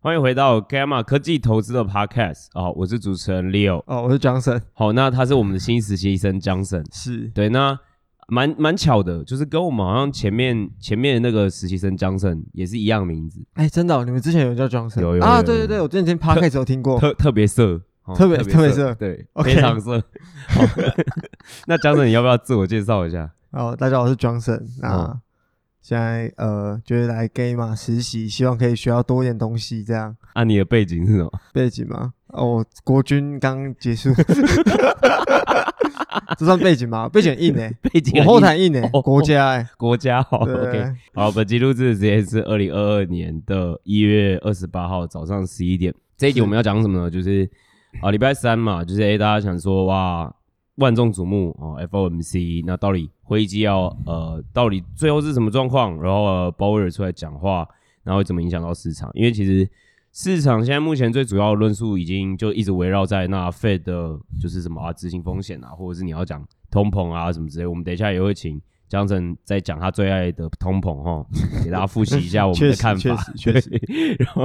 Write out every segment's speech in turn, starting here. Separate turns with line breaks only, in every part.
欢迎回到 Gamma 科技投资的 Podcast 哦，我是主持人 Leo。
哦，我是 Johnson，
好，那他是我们的新实习生 Johnson。
是
对，那蛮蛮巧的，就是跟我们好像前面前面那个实习生 Johnson 也是一样名字，
哎，真的哦、你们之前有叫 Johnson
有有
啊？
有
对对对，我之前听 podcast 有听过，
特特别色，哦
特别特别色
对
OK
非常色。好 那 Johnson 你要不要自我介绍一下？
哦，大家好，我是 Johnson。那
哦
现在呃，就是来 gay 嘛实习，希望可以学到多一点东西，这样
啊，你的背景是什么？
背景嘛。哦，国军刚结束，这算背景吗？背景很硬 诶、
背景
我
很
后台硬诶、欸
哦
国家诶、
国家好
对
，OK，好， 本期录制的时间是二零二二年的一月二十八号早上十一点。这一集
是
我们要讲什么呢？就是啊，礼拜三嘛，就是诶、大家想说哇，万众瞩目哦，FOMC，那到底会议纪要呃，到底最后是什么状况？然后、呃、鲍威尔出来讲话，然后会怎么影响到市场？因为其实市场现在目前最主要的论述已经就一直围绕在那 Fed 的就是什么啊，执行风险啊，或者是你要讲通膨啊什么之类。我们等一下也会请江晨再讲他最爱的通膨哈，给大家复习一下我们
确
的
实
看
确
法。
实确实
对，然后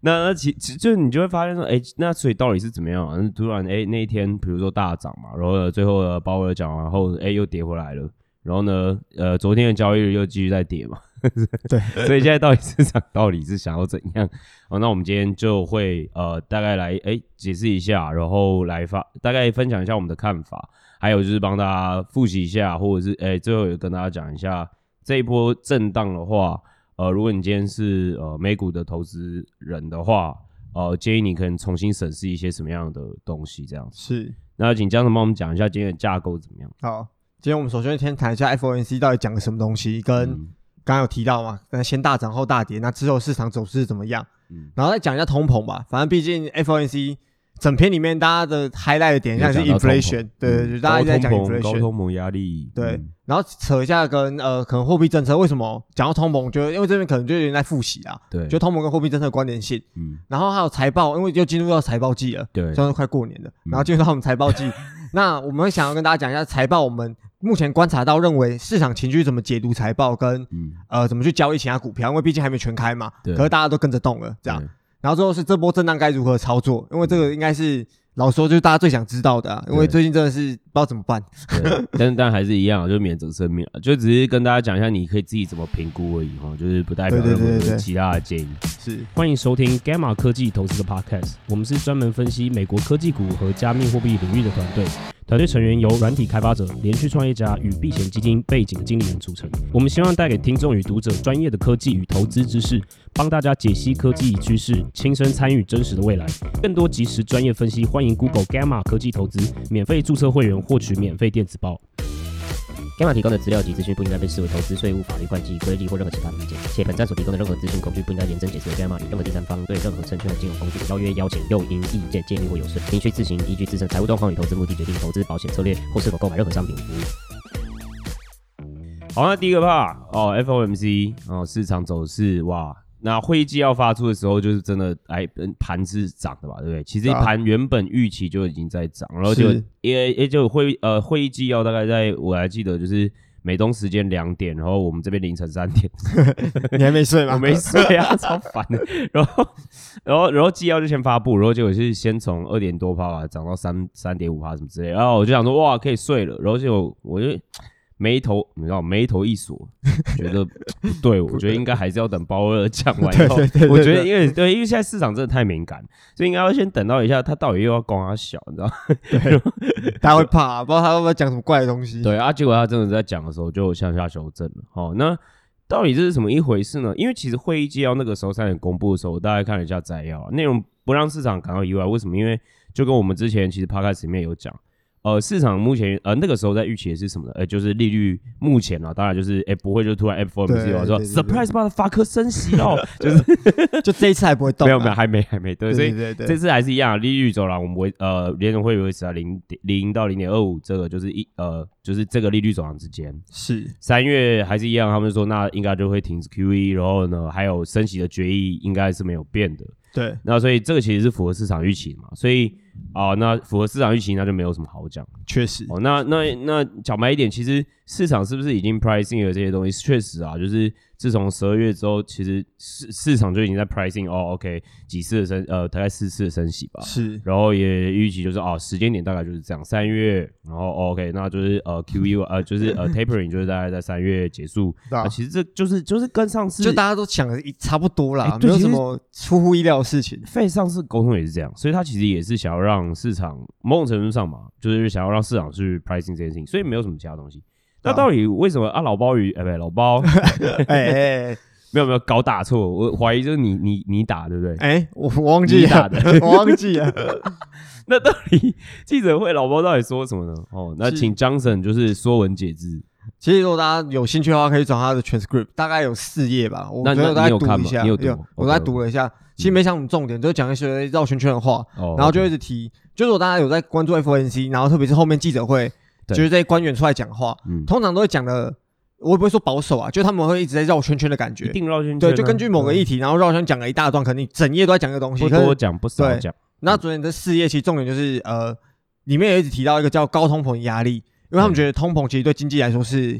那那其其就你就会发现说，哎、那所以到底是怎么样、啊？那突然哎、那一天比如说大涨嘛，然后呢最后呢鲍威尔讲完后，哎、又跌回来了。然后呢，呃，昨天的交易日又继续在跌嘛，
对，
所以现在到底市场到底是想要怎样？好，哦那我们今天就会呃大概来哎解释一下，然后来发大概分享一下我们的看法，还有就是帮大家复习一下，或者是哎最后也跟大家讲一下这一波震荡的话，呃，如果你今天是呃美股的投资人的话，呃，建议你可能重新审视一些什么样的东西这样子。
是
那请江总帮我们讲一下今天的架构怎么样？
好。今天我们首先先谈一下 FOMC 到底讲了什么东西，跟
嗯
刚刚有提到嘛，那先大涨后大跌，那之后市场走势怎么样？
嗯
然后再讲一下通膨吧，反正毕竟 FOMC 整篇里面大家的 highlight 的点像是
有讲到通膨
inflation，对对对，
嗯
大家一直在讲
高通膨高
inflation，
通膨压力，
对
嗯
然后扯一下跟呃可能货币政策为什么讲到通膨，就因为这边可能就有点在复习啊，
对，
就通膨跟货币政策的关联性，
嗯
然后还有财报，因为又进入到财报季了，
对嗯
虽然是快过年了，然后进入到我们财 报季，那我们会想要跟大家讲一下财报，我们目前观察到认为市场情绪怎么解读财报跟
嗯
呃怎么去交易其他股票，因为毕竟还没全开嘛，
对
可是大家都跟着动了，这样。
对
然后最后是这波震荡该如何操作，因为这个应该是老实说就是大家最想知道的、啊，因为
对
最近真的是不知道怎么办。
对，但但还是一样，就免责声明，就只是跟大家讲一下，你可以自己怎么评估而已哈，就是不代表
对对对
任何
对对
其他的建议。
是
欢迎收听 Gamma 科技投资的 Podcast，我们是专门分析美国科技股和加密货币领域的团队。团队成员由软体开发者、连续创业家与避险基金背景的经理人组成。我们希望带给听众与读者专业的科技与投资知识，帮大家解析科技与趋势，亲身参与真实的未来。更多及时专业分析，欢迎 Google Gamma 科技投资，免费注册会员获取免费电子报。
Gamma 提供的资料及资讯不应该被视为投资、税务、法律、会计、规例或任何其他意见，且本站所提供的任何资讯工具不应该延伸解释为 Gamma 与任何第三方对任何证券和金融工具的邀约、邀请、诱因、意见、建议或有损，您需自行依据自身财务状况与投资目的决定投资保险策略或是否购买任何商品服务。
好，那第一个怕哦，FOMC 哦，市场走势哇，那会议纪要发出的时候，就是真的哎，嗯盘是涨的吧，对不对？其实
对啊
盘原本预期就已经在涨，然后就是也也就会呃会议纪要大概在我还记得就是美东时间两点，然后我们这边凌晨三点，
你还没睡吗？
我没睡 啊，超烦的。然后，然后，然后纪要就先发布，然后结果是先从二点多趴吧涨到三三点五趴什么之类的，然后我就想说哇可以睡了，然后结果我就眉头你知道眉头一锁，觉得不对，我觉得应该还是要等鲍威尔讲完以后，
对对对对
我觉得因为对，因为现在市场真的太敏感，所以应该要先等到一下他到底又要攻他小，你知道吗。
大家会怕、啊不知道他会不会讲什么怪的东西。
对啊，结果他真的在讲的时候就向下修正了。好、那到底这是什么一回事呢？因为其实会议纪要那个时候三点公布的时候，我大概看了一下摘要啊，内容不让市场感到意外。为什么？因为就跟我们之前其实 podcast 里面有讲，呃，市场目前呃那个时候在预期的是什么呢？呃，就是利率目前啊，当然就是哎、不会就突然 FOMC
对
啊说
对对对
surprise 把法克升息 哦，就是
就这一次还不会动、啊。
没有没有还没还没对，
对，
所以
对对对
这次还是一样，利率走廊我们维呃联总会维持在零点零到零点二五，这个就是一呃就是这个利率走廊之间。
是
三月还是一样，他们说那应该就会停止 QE，然后呢，还有升息的决议应该是没有变的。
对
那所以这个其实是符合市场预期的嘛，所以啊、那符合市场预期那就没有什么好讲。
确实
哦，那那那讲白一点，其实市场是不是已经 pricing 了这些东西？确实啊，就是自从十二月之后，其实市市场就已经在 pricing 哦，OK，几次的升呃，大概四次的升息吧。
是
然后也预期就是哦，时间点大概就是这样，三月，然后、哦 OK，那就是呃 QE 呃就是呃 tapering 就是大概在三月结束。
对啊
啊，其实这就是就是跟上次
就大家都想的一差不多啦
哎，
没
对
有
其
什
实
么出乎意料的 事情。
费上次沟通也是这样，所以他其实也是想要让市场某种程度上嘛，就是想要让市场去 pricing 这件事情，所以没有什么其他东西。那
啊
到底为什么啊？老包鱼，哎、不对，老包
哎哎哎
没有没有搞打错，我怀疑就是你你你打对不 对？
哎，我我忘记
你打
了
的，
我忘记了。
那到底记者会老包到底说什么呢？哦，那
是
请 Johnson 就是说文解字。
其实如果大家有兴趣的话，可以找他的 transcript，大概有四页吧。我
那
昨天
那
有大
你有
概
看
读一
吗
下，
你有读
有
吗嗯
我大概读了一下，其实没讲什么重点，就讲一些绕圈圈的话，
哦，
然后就一直提。就是如果大家有在关注 FNC，然后特别是后面记者会，
对
就是这些官员出来讲话，
嗯，
通常都会讲的，我也不会说保守啊，就他们会一直在绕圈圈的感
一
觉。
定绕圈圈啊、
对，就根据某个议题，然后绕圈讲了一大段，可能你整页都在讲这个东西。
不
可是
多讲不少
对
讲，
那昨天的事业其实重点就是呃，里面有一直提到一个叫高通膨的压力，因为他们觉得通膨其实对经济来说是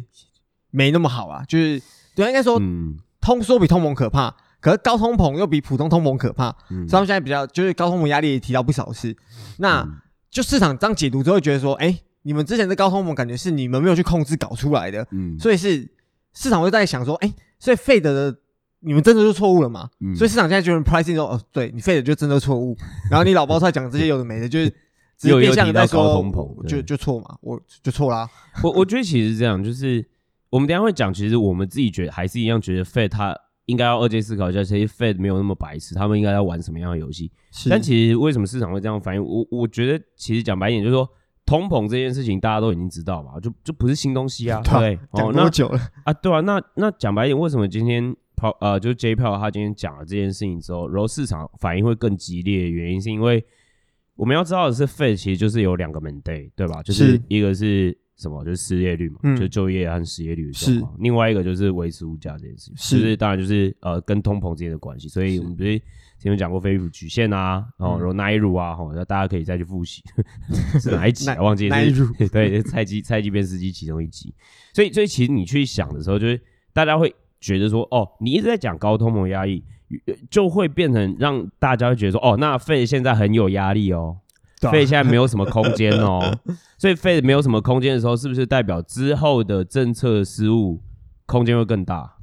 没那么好啊，就是对，应该说
嗯
通缩比通膨可怕，可是高通膨又比普通通膨可怕，
嗯
所以他们现在比较就是高通膨压力也提到不少次。那
嗯
就市场这样解读之后，觉得说，哎、你们之前的高通膨感觉是你们没有去控制搞出来的，
嗯，
所以是市场会在想说，哎、所以费德的你们真的就错误了嘛？
嗯以
所以市场现在就是 pricing 说，哦，对你费的就真的 错误，然后你老包出来讲这些有的没的，就是只是
又
变
又
相
提
地在
到高
说
通膨，
就
对
就错嘛，我就错啦，
我我觉得其实这样，就是我们等一下会讲，其实我们自己觉得还是一样，觉得 Fed 他应该要二阶思考一下，其实 Fed 没有那么白痴，他们应该要玩什么样的游戏。
是
但其实为什么市场会这样反应？我我觉得其实讲白一点，就是说通膨这件事情大家都已经知道嘛，就就不是新东西啊，
对啊
对
讲
哦，那
多久了？
啊，对啊，那那讲白一点，为什么今天跑呃，就是 J 票他今天讲了这件事情之后，然后市场反应会更激烈，原因是因为我们要知道的是，Fed 其实就是有两个 mandate，对吧？就是
是
一个是什么，就是失业率嘛，
嗯
就是就业和失业率的状况；另外一个就是维持物价这件事情，
是
就是当然就是呃跟通膨之间的关系。所以我们不是之前有讲过菲利普曲线啊，哦，
嗯
然后奈鲁啊，哦，那大家可以再去复习 是哪一集啊？
奈
忘 记了
奈
是 对，菜鸡菜鸡变司机其中一集。所以，所以其实你去想的时候，就是大家会觉得说，哦，你一直在讲高通膨压抑，呃就会变成让大家会觉得说，哦，那费现在很有压力哦，
对啊
费现在没有什么空间哦， 所以费没有什么空间的时候，是不是代表之后的政策失误空间会更大？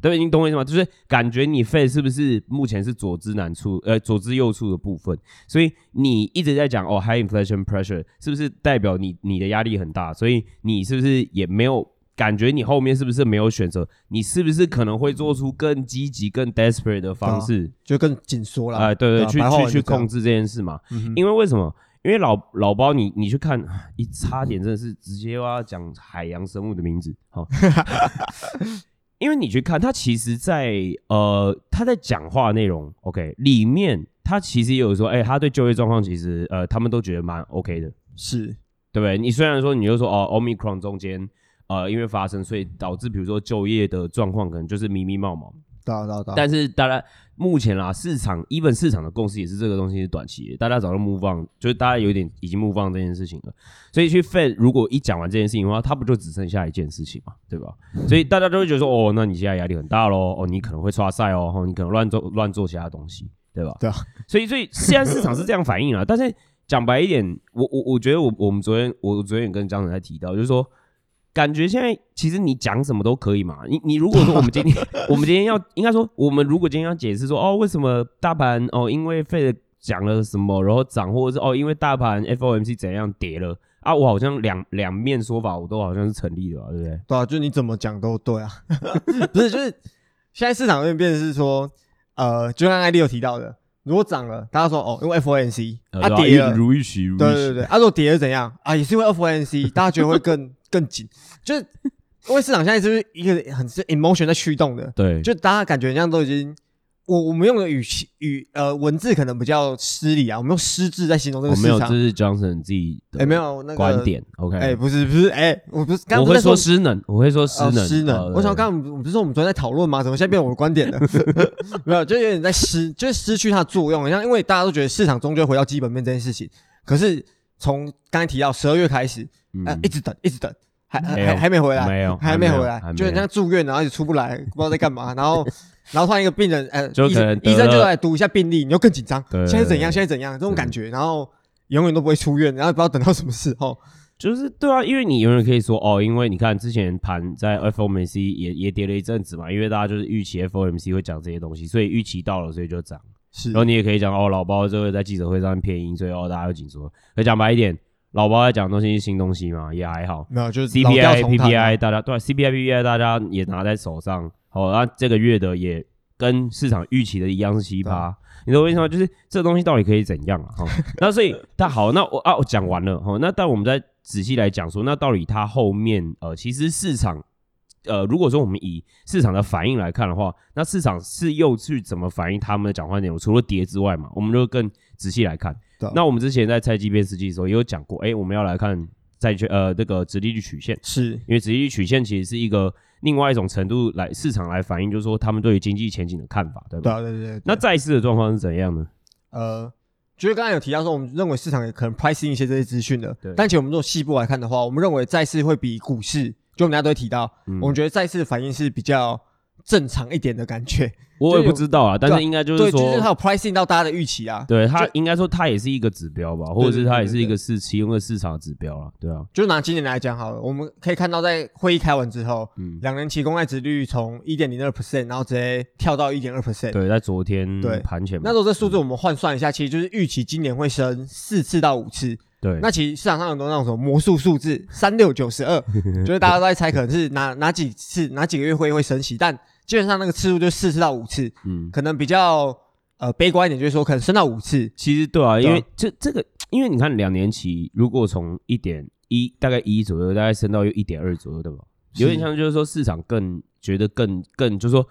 对，你懂我意思吗？就是感觉你费是不是目前是左支难处，呃，左支右绌的部分，所以你一直在讲哦，high inflation pressure，是不是代表你你的压力很大？所以你是不是也没有感觉你后面是不是没有选择？你是不是可能会做出更积极、更 desperate 的方式？
就更紧缩
啊、
了，
对对，
啊
去
白话文
去
就
去
这样
控制这件事嘛。
嗯哼
因为为什么？因为老老包你，你去看，一差点真的是直接要讲海洋生物的名字， 好、因为你去看他，其实在呃他在讲话内容，OK 里面，他其实也有说，哎、他对就业状况其实呃他们都觉得蛮 OK 的，
是
对不对？你虽然说你就说哦，omicron 中间呃因为发生，所以导致比如说就业的状况可能就是迷迷冒冒，
对啊对啊对啊
但是当然，目前啦，市场 even 市场的共识也是这个东西是短期的，大家早就 move on，就是大家有点已经 move on 这件事情了。所以去 Fed 如果一讲完这件事情的话，它不就只剩下一件事情嘛，对吧？
嗯
所以大家都会觉得说，哦，那你现在压力很大喽，哦，你可能会刷赛哦，哦，你可能乱做乱做其他东西，对吧？
对啊。
所以所以现在市场是这样反应啊，但是讲白一点，我我我觉得我我们昨天我昨天也跟张总在提到，就是说。感觉现在其实你讲什么都可以嘛。你你如果说我们今天 我们今天要应该说我们如果今天要解释说哦为什么大盘哦因为费的讲了什么然后涨或者是哦因为大盘 FOMC 怎样跌了啊，我好像两两面说法我都好像是成立的吧，对不对？
对啊，就你怎么讲都对啊， 不是，就是现在市场有点变成是说，呃，就像艾利有提到的，如果涨了，大家说哦，因为 FOMC，
呃
啊
对吧
跌了
一，如预期如预期，
对对对，啊，如果跌了怎样啊？也是因为 FOMC，大家觉得 会更更紧，就是因为市场现在就是一个很是 emotion 在驱动的，
对
就大家感觉人家都已经，我我们用的语气语呃文字可能比较失礼啊，我们用失字在形容这
我
个市
哦没有，这
场，
是 Johnson 自己的
哎，没有那个
观，点，OK？
哎，不是不是，哎，我不是，刚刚
我
不是
会
在
说失能，我会说失
哦
能，
失
呃
能。我想刚刚我们不是说我们昨天在讨论吗？怎么现在变我的观点 了？ 没有，就有点在失，就是失去它的作用。像因为大家都觉得市场终究回到基本面这件事情，可是从刚才提到十二月开始，
嗯
哎呃，一直等，一直等，还还
没有
还还没回来，
没有
还
还没
没
有
回来
还没，有
就很像住院，然后也出不来，不知道在干嘛，然后然后突然一个病人，呃，
就
医
可能
生
得
医生就
了
来读一下病历，你就更紧张，
对
现在怎样，
对
现在怎样，这种感觉，然后永远都不会出院，然后也不知道等到什么时候，
就是对啊，因为你永远可以说哦，因为你看之前盘在 FOMC 也也跌了一阵子嘛，因为大家就是预期 FOMC 会讲这些东西，所以预期到了，所以就涨。
是
然后你也可以讲哦，老包这个在记者会上面偏音，所以哦大家就紧缩。可讲白一点，老包在讲的东西是新东西嘛，也还好。
没有就是老调
CPI、
重弹啊
PPI 大家对 CPI、PPI 大家也拿在手上，好，那这个月的也跟市场预期的一样是七
对啊
趴。你懂我意思吗？就是这东西到底可以怎样 啊？哈，那所以那好，那我啊我讲完了哈，齁那但我们再仔细来讲说，那到底它后面呃，其实市场呃，如果说我们以市场的反应来看的话，那市场是又去怎么反映他们的讲话内容？除了跌之外嘛，我们就更仔细来看
对。啊
那我们之前在拆机变司机的时候也有讲过，哎、我们要来看债券呃这个直利率曲线，
是
因为直利率曲线其实是一个另外一种程度来市场来反映，就是说他们对于经济前景的看法，对吧？
对啊对对对，
那债市的状况是怎样呢？
呃，就是刚才有提到说，我们认为市场也可能 pricing 一些这些资讯的
对，
但其实我们做细部来看的话，我们认为债市会比股市，就我们大家都会提到，
嗯
我们觉得债市反应是比较正常一点的感觉，
我也不知道啊，但是应该就是
对，就是它
说，
有 pricing 到大家的预期啊，
对
就
它应该说它也是一个指标吧，或者
对
是
对
它也
对
是一
对
个市其中的市场指标了，对啊，
就拿今年来讲好了，我们可以看到在会议开完之后，
嗯，
两年期公债值率从一点零二 percent，然后直接跳到一点二 percent。
对，在昨天
对
盘前嘛
那如果这数字我们换算一下，其实就是预期今年会升四次到五次，
对，
那其实市场上很多那种什么魔术数字三六九 十二，就是大家都在猜可能是哪哪几次哪几个月会会升息，但基本上那个次数就四次到五次，
嗯，
可能比较呃悲观一点，就是说可能升到 五次，
其实对啊，因
对啊
为这这个，因为你看两年期如果从一点一大概一左右，大概升到一点二左右，对吧？有点
是
像就是说市场更觉得更更，就是说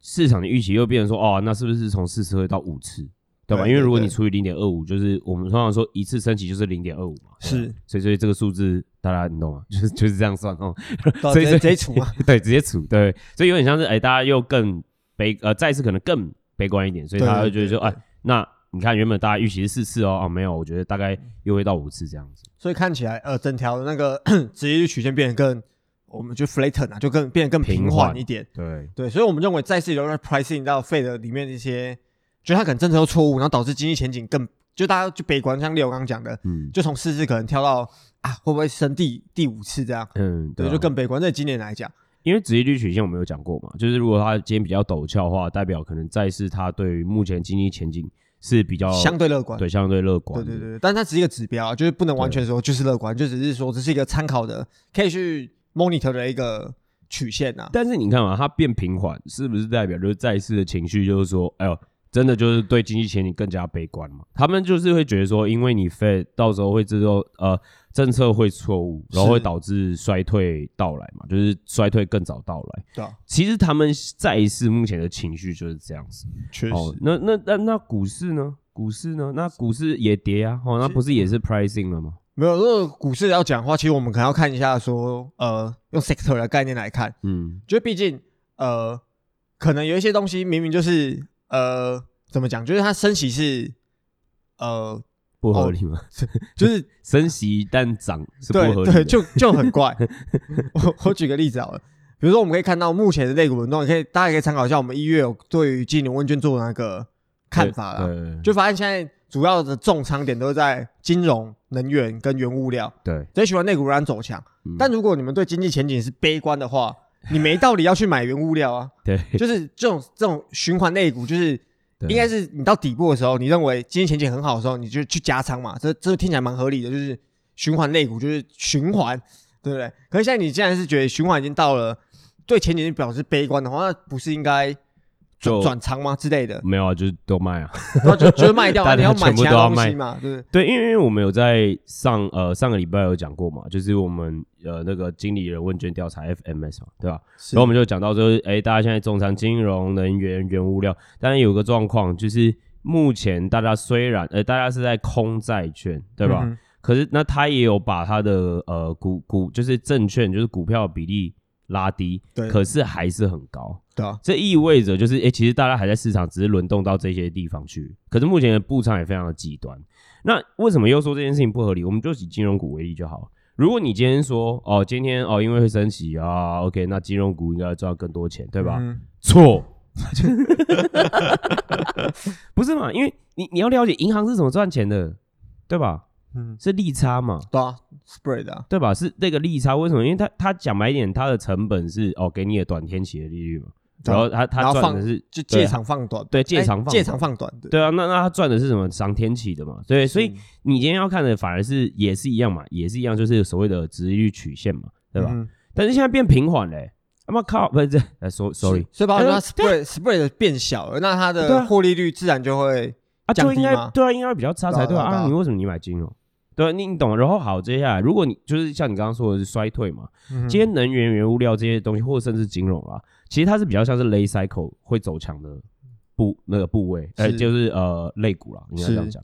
市场的预期又变成说哦，那是不是从四次会到五次，对吧？
对
因为如果
对
你
对
除以零点二五，就是我们通常说一次升息就是零点二五嘛，对吧
是，
所以所以这个数字大家你懂吗？就是就是这样算哦，
对啊
所以
直
所以
接直接除嘛，
对，直接除对，所以有点像是哎，大家又更悲呃，再次可能更悲观一点，所以
对
大家
对
就觉得
对啊
说，哎，那你看原本大家预期是四次哦，啊没有，我觉得大概又会到五次这样子。
所以看起来呃整条的那个 直接曲线变得更，我们就 flatten 啊，就更变得更平
平
缓
缓
一点，
对，
对，所以我们认为再次留在 pricing 到 Fed 的里面的一些，就是它可能政策都错误，然后导致经济前景更就大家就悲观，像六刚刚讲的。
嗯
就从四次可能跳到啊，会不会升第第五次这样？
嗯，
对，
啊
就更悲观。在今年来讲，
因为职业率曲线我们有讲过嘛，就是如果它今天比较陡峭的话，代表可能再是它对于目前经济前景是比较
相哦对乐观。
对相对乐观
对
的，
对对，但它只是一个指标啊，就是不能完全说就是乐观，就只是说这是一个参考的，可以去 monitor 的一个曲线啊。
但是你看嘛，它变平缓，是不是代表就是再次的情绪就是说，哎呦，真的就是对经济前景更加悲观嘛？他们就是会觉得说，因为你 Fed 到时候会制作呃政策会错误，然后会
是
导致衰退到来嘛，就是衰退更早到来。
对啊，
其实他们再次目前的情绪就是这样子。
确
哦，那那那那股市呢？股市呢？那股市也跌啊，哦，那不是也是 pricing 了吗？
没有。如果股市要讲的话，其实我们可能要看一下说，呃，用 sector 的概念来看，
嗯，
就毕竟呃，可能有一些东西明明就是呃，怎么讲，就是它升息是呃，
不合
哦
理吗？
就是
升息但涨是不
对
合理的。
对，就就很 怪。我我举个例子好了，比如说我们可以看到目前的类股轮动，也可以大家可以参考一下我们一月有对于金融问卷做的那个看法啦，
对对
就发现现在主要的重仓点都在金融、能源跟原物料，
对。
最喜欢类股仍然走强。
嗯
但如果你们对经济前景是悲观的话，你没道理要去买原物料啊，
对，
就是这种这种循环类股，就是
对
应该是你到底部的时候，你认为经济前景很好的时候，你就去加仓嘛，这这听起来蛮合理的，就是循环类股就是循环，对不对？可是现在你既然是觉得循环已经到了对前景表示悲观的话，那不是应该转
就，
转仓吗之类的
没有啊，就是都卖啊。
然后就就卖掉啊，
大家
你要买
全部都
其他
要
东西
卖
嘛，对不对？
对，因为因为我们有在上呃上个礼拜有讲过嘛，就是我们呃那个经理人问卷调查 FMS 嘛，对吧？
是
然后我们就讲到说，哎，大家现在重仓金融、能源、原物料，但是有个状况就是，目前大家虽然呃大家是在空债券，对吧？
嗯哼
可是那他也有把他的呃股股就是证券就是股票的比例拉低，
对
可是还是很高。
对啊，
这意味着就是，诶，其实大家还在市场，只是轮动到这些地方去。可是目前的步仓也非常的极端。那为什么又说这件事情不合理？我们就以金融股为例就好了。如果你今天说哦，今天哦，因为会升息啊，OK，那金融股应该要赚更多钱，对吧？
嗯
错， 不是嘛？因为你你要了解银行是怎么赚钱的，对吧？
嗯，
是利差嘛，
对啊，spread 啊，
对吧？是那个利差，为什么？因为他他讲白一点，他的成本是哦给你的短天期的利率嘛，
对啊
然后他
然
他
后
赚的
放
是对
就借
啊
场放短，
对借
哎
场放
借
短
场放短，对，
对啊，那那他赚的是什么？涨天期的嘛，对，所以
嗯
你今天要看的反而是也是一样嘛，也是一样，就是所谓的殖利率曲线嘛，对吧？
嗯
但是现在变平缓嘞、他妈靠，不是这，呃，so sorry，
所以把它
哎
spread spread 变小了，那它
对
的
啊
获利率自然就会
啊，
降
就应
低
该
吗
对啊，应该会比较差才对
对啊
啊。
对啊
啊你为什么你买金融？对啊，你你懂。然后好，接下来如果你就是像你刚刚说的是衰退嘛，
嗯
今天能源、原物料这些东西，或者甚至金融啊，其实它是比较像是 lay cycle 会走强的部那个部位，呃，
是
就是呃类股啦，应该这样
是
讲。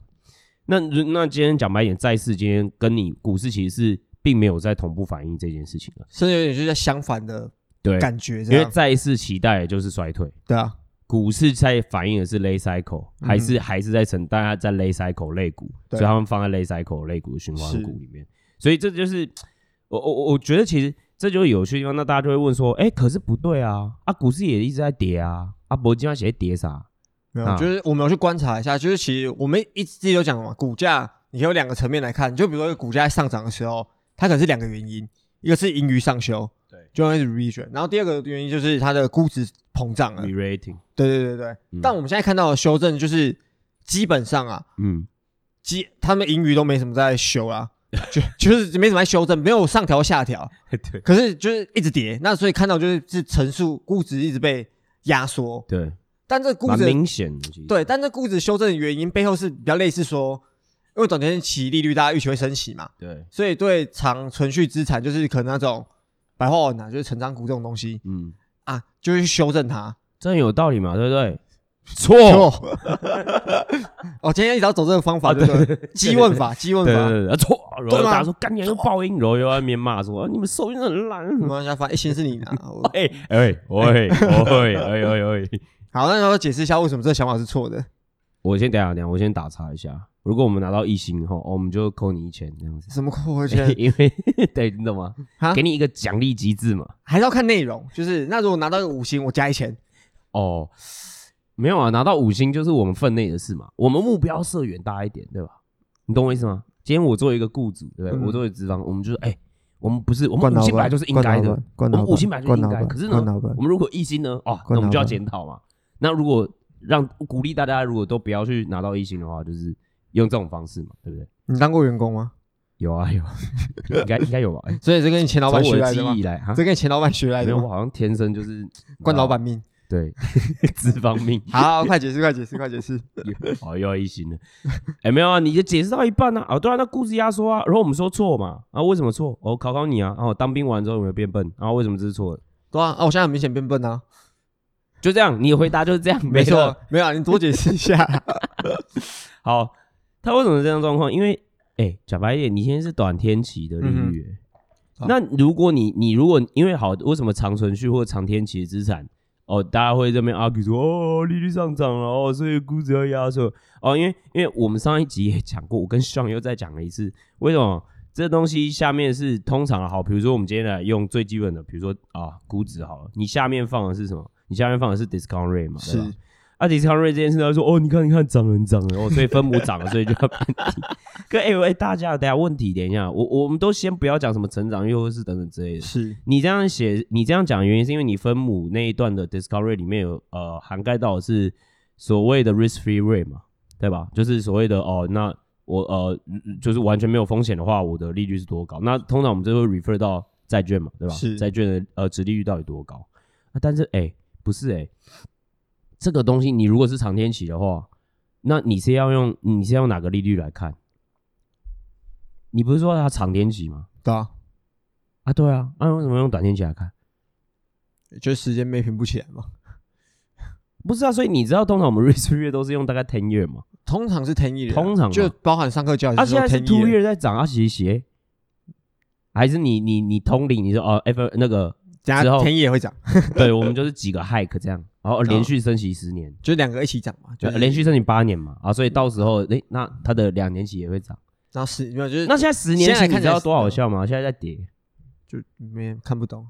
那如那今天讲白一点，债市今天跟你股市其实是并没有在同步反映这件事情的，
甚至有点就是在相反的
对，
感觉，这
因为
样
债市期待的就是衰退，
对啊，
股市在反映的是 lay cycle，
嗯
还是、还是在成大家在 lay cycle 类股，所
对
以他们放在 lay cycle 类股的循环
是
股里面。所以这就是我我我我觉得其实这就是有趣的地方。那大家就会问说，哎、可是不对啊，啊，股市也一直在跌啊，啊，博今天写跌啥？
没
啊
有，就是我们有去观察一下，就是其实我们一直有讲嘛，股价你有两个层面来看，就比如说股价在上涨的时候，它可能是两个原因，一个是盈余上修，
对，
就会是 revision，然后第二个原因就是它的估值膨胀了，
r e rating，
对对对对。
嗯
嗯但我们现在看到的修正就是基本上啊，
嗯，
基他们盈余都没什么在修啦、 就就是没什么在修正，没有上调下调，
对
可是就是一直跌，那所以看到就是是乘数估值一直被压缩，
对，
但这估
蛮
值
明显的，其实
对，但这估值修正的原因背后是比较类似说，因为短期期利率大家预期会升息嘛，
对，
所以对长存续资产就是可能那种白话文啊，就是成长股这种东西
嗯，
啊，就会去修正它。
这很有道理嘛，对不对？错，
错， 哦，今天一直要走这个方法，
啊
对不
对
对？激问法，激问
对对
法。
对，啊错，然后
对吗
大家说干你还用爆音，然后又在那边骂说啊你们手音很烂，
没关系啊，反正一心是你拿。我
哎哎喂喂哎喂喂喂！
好，那我解释一下为什么这个想法是错的。
我先等一下，等一下，我先打岔一下。如果我们拿到一星后，哦我们就扣你一千这样子，
什么扩圈
因为对，你懂吗？
啊
给？你一个奖励机制嘛。
还是要看内容，就是那如果拿到一个五星，我加一千。
哦，没有啊，拿到五星就是我们分内的事嘛。我们目标设远大一点，对吧？你懂我意思吗？今天我作为一个雇主，对不对？
嗯
我作为资方，我们就是哎、我们不是我们五星本来就是应该的，
我
我们五星本来就是应该。可是呢，我们如果一星呢，哦，那我们就要检讨嘛。那如果让鼓励大家，如果都不要去拿到一星的话，就是用这种方式嘛，对不对？
你当过员工吗？
有啊 有，应该应该有吧？ 哎
所以这跟你前老板
从我
学
的
来
记
的吗
忆？以来哈
这，跟你前老板学来
没
的
有，我
吗？
好像天生就是
关老 板命。
对资方命，
好，快解释，快解释，快解释。
哦又要一星了。哎，没有啊，你就解释到一半呢。哦，对啊，那故事压缩啊，然后我们说错嘛，啊为什么错？哦，考考你啊，哦当兵完之后有没有变笨？啊为什么这是错的？
对啊，啊，我现在很明显变笨啊。
就这样，你的回答就是这样，
没
没错。
错，没有啊，你多解释一下。
好，他为什么这样状况？因为，哎、讲白一点，你现在是短天期的利率、欸
好
那如果你你如果因为好，为什么长存续或长天期的资产，哦，大家会这边 argue 说，哦，利率上涨了，哦，所以估值要压缩，哦，因为因为我们上一集也讲过，我跟 Sean 又再讲了一次，为什么？这东西下面是通常好，比如说我们今天来用最基本的，比如说啊估值好了，你下面放的是什么？你下面放的是 discount rate 嘛，对吧
是？
啊，discount rate 这件事，他说哦，你看，你看，涨了，涨了，哦，所以分母涨了，所以就要变低。 可哎、喂，大家，等一下问题，等一下，我我们都先不要讲什么成长率 或是等等之类的。
是，
你这样写，你这样讲的原因是因为你分母那一段的 discount rate 里面有呃涵盖到的是所谓的 risk free rate 嘛，对吧？就是所谓的哦，那我呃就是完全没有风险的话，我的利率是多高？那通常我们就会 refer 到债券嘛，对吧？
是
债券的呃值利率到底多高？啊、但是哎、不是哎、这个东西你如果是长天期的话，那你是要用你是要用哪个利率来看？你不是说它长天期吗？
对啊，
啊，对啊，那、为什么用短天期来看？
就是时间没平不起来嘛。
不是啊，所以你知道，通常我们 risk free 都是用大概 ten year 嘛，
通常是 ten year，
通常嘛
啊就包含上课教也
啊，
是说
现在是
ten
two
year，
year 在涨，啊，斜斜，还是你你你通灵，你说哦，F 那 个，
加
之后
ten year 也会涨，
对我们就是几个 hike 这样，然
哦
后连续升息十年，呃
就两个一起涨嘛，就
就连续升息八年嘛，啊，所以到时候诶，那它的两年期也会涨，
然后十没有就是
那现在十年
现在
前你
看
知
起来
道多好
是
笑吗？现在在跌，
就没看不懂。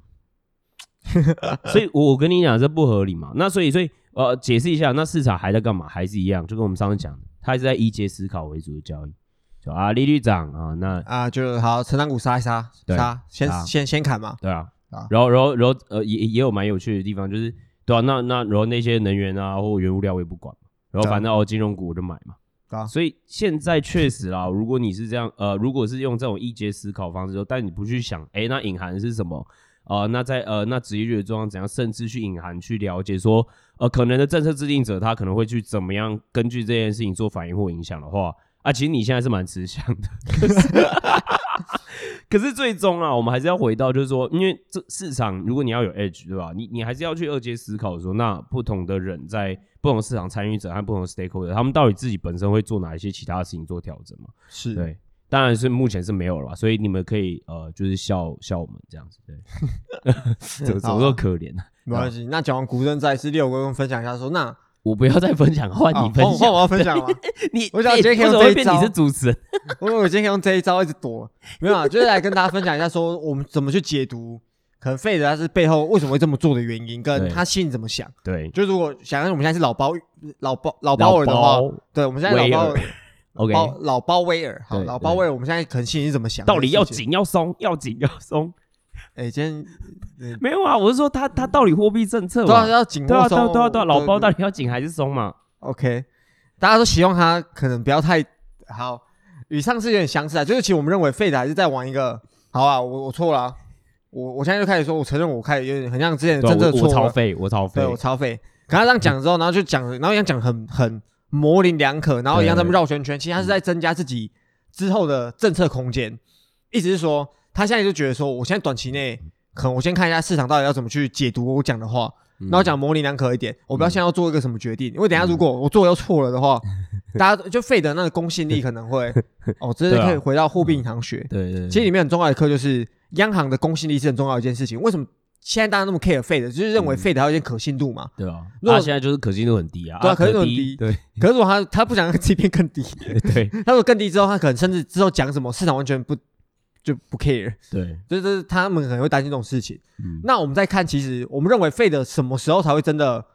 所以我我跟你讲这不合理嘛。那所以所以呃，解释一下，那市场还在干嘛？还是一样，就跟我们上次讲的，它还是在以阶思考为主的交易，就啊利率涨啊，那
啊，就好，成长股杀一杀，
对
杀先
杀
先先砍嘛，
对啊
啊，
然后然后然后呃也也有蛮有趣的地方，就是对啊，那那然后那些能源啊或原物料我也不管嘛，然后
对啊
反正哦金融股我就买嘛。
对啊
所以现在确实啦，如果你是这样，呃，如果是用这种一阶思考方式，但你不去想，哎，那隐含是什么？呃，那在呃那职业率的状况怎样，甚至去隐含去了解说，呃，可能的政策制定者他可能会去怎么样根据这件事情做反应或影响的话，啊，其实你现在是蛮吃香的。可是可是最终啊，我们还是要回到，就是说，因为这市场，如果你要有 edge，对吧？你你还是要去二阶思考说，那不同的人在不同市场参与者和不同的 stakeholder，他们到底自己本身会做哪一些其他的事情做调整嘛？
是，
对，当然是目前是没有了吧，所以你们可以呃，就是笑笑我们这样子，对， 怎么怎么说可怜呢、啊
没关系。那讲完古镇再是六哥跟我分享一下说，那
我不要再分享，换你
哦
分
换我换
享。
我要分享吗？
你
我想
哎
今天可
为什么
以用这
会
一
变你
招
是主持人？
我 我今天可以用这一招一直躲，没有啊，就是来跟大家分享一下，说我们怎么去解读，可能费德他是背后为什么会这么做的原因，跟
对
他心里怎么想。
对，
就如果想象我们现在是老包老包老包尔的话，
老包
对，我们现在老包
威，OK，
包老包威尔，好，
对
老包威尔，我们现在可能心里是怎么想？
到底要
紧？
紧要松，要紧要松，
哎，今天
没有啊，我是说他他到底货币政策
都要
嘛，
要紧
对啊
或
对啊
松，
对啊对啊，老包
对
到底要紧还是松嘛？
OK，大家都希望他可能不要太好，与上次有点相似啊，就是其实我们认为费的还是在玩一个，好啊，我我错了啊、我我现在就开始说，我承认我开始有点很像之前的
对啊
政策
我
错
我超
了，
费，我超费
对，我超费。可他这样讲之后，然后就讲，然后一样讲很很模棱两可，然后一样在那边绕圈
嗯
圈，其实他是在增加自己之后的政策空间，意思是说他现在就觉得说，我现在短期内。可能我先看一下市场到底要怎么去解读我讲的话，
嗯，
那我讲模棱两可一点，我不要现在要做一个什么决定，因为等一下如果我做又错了 的话，大家就费德那个公信力可能会哦，这是
对啊
可以回到货币银行学。
对对，对
其实里面很重要的课就是央行的公信力是很重要的一件事情。为什么现在大家那么 care 费德，就是
嗯
认为费德还有一点可信度嘛？
对啊，
如果
那现在就是可信度很低啊，
对啊可信度很低
对
可是如果他他不想让自己 变更低，
对
他说更低之后，他可能甚至之后讲什么市场完全不就不 care，
对，
就是他们可能会担心这种事情。
嗯
那我们再看，其实我们认为费德什么时候才会真的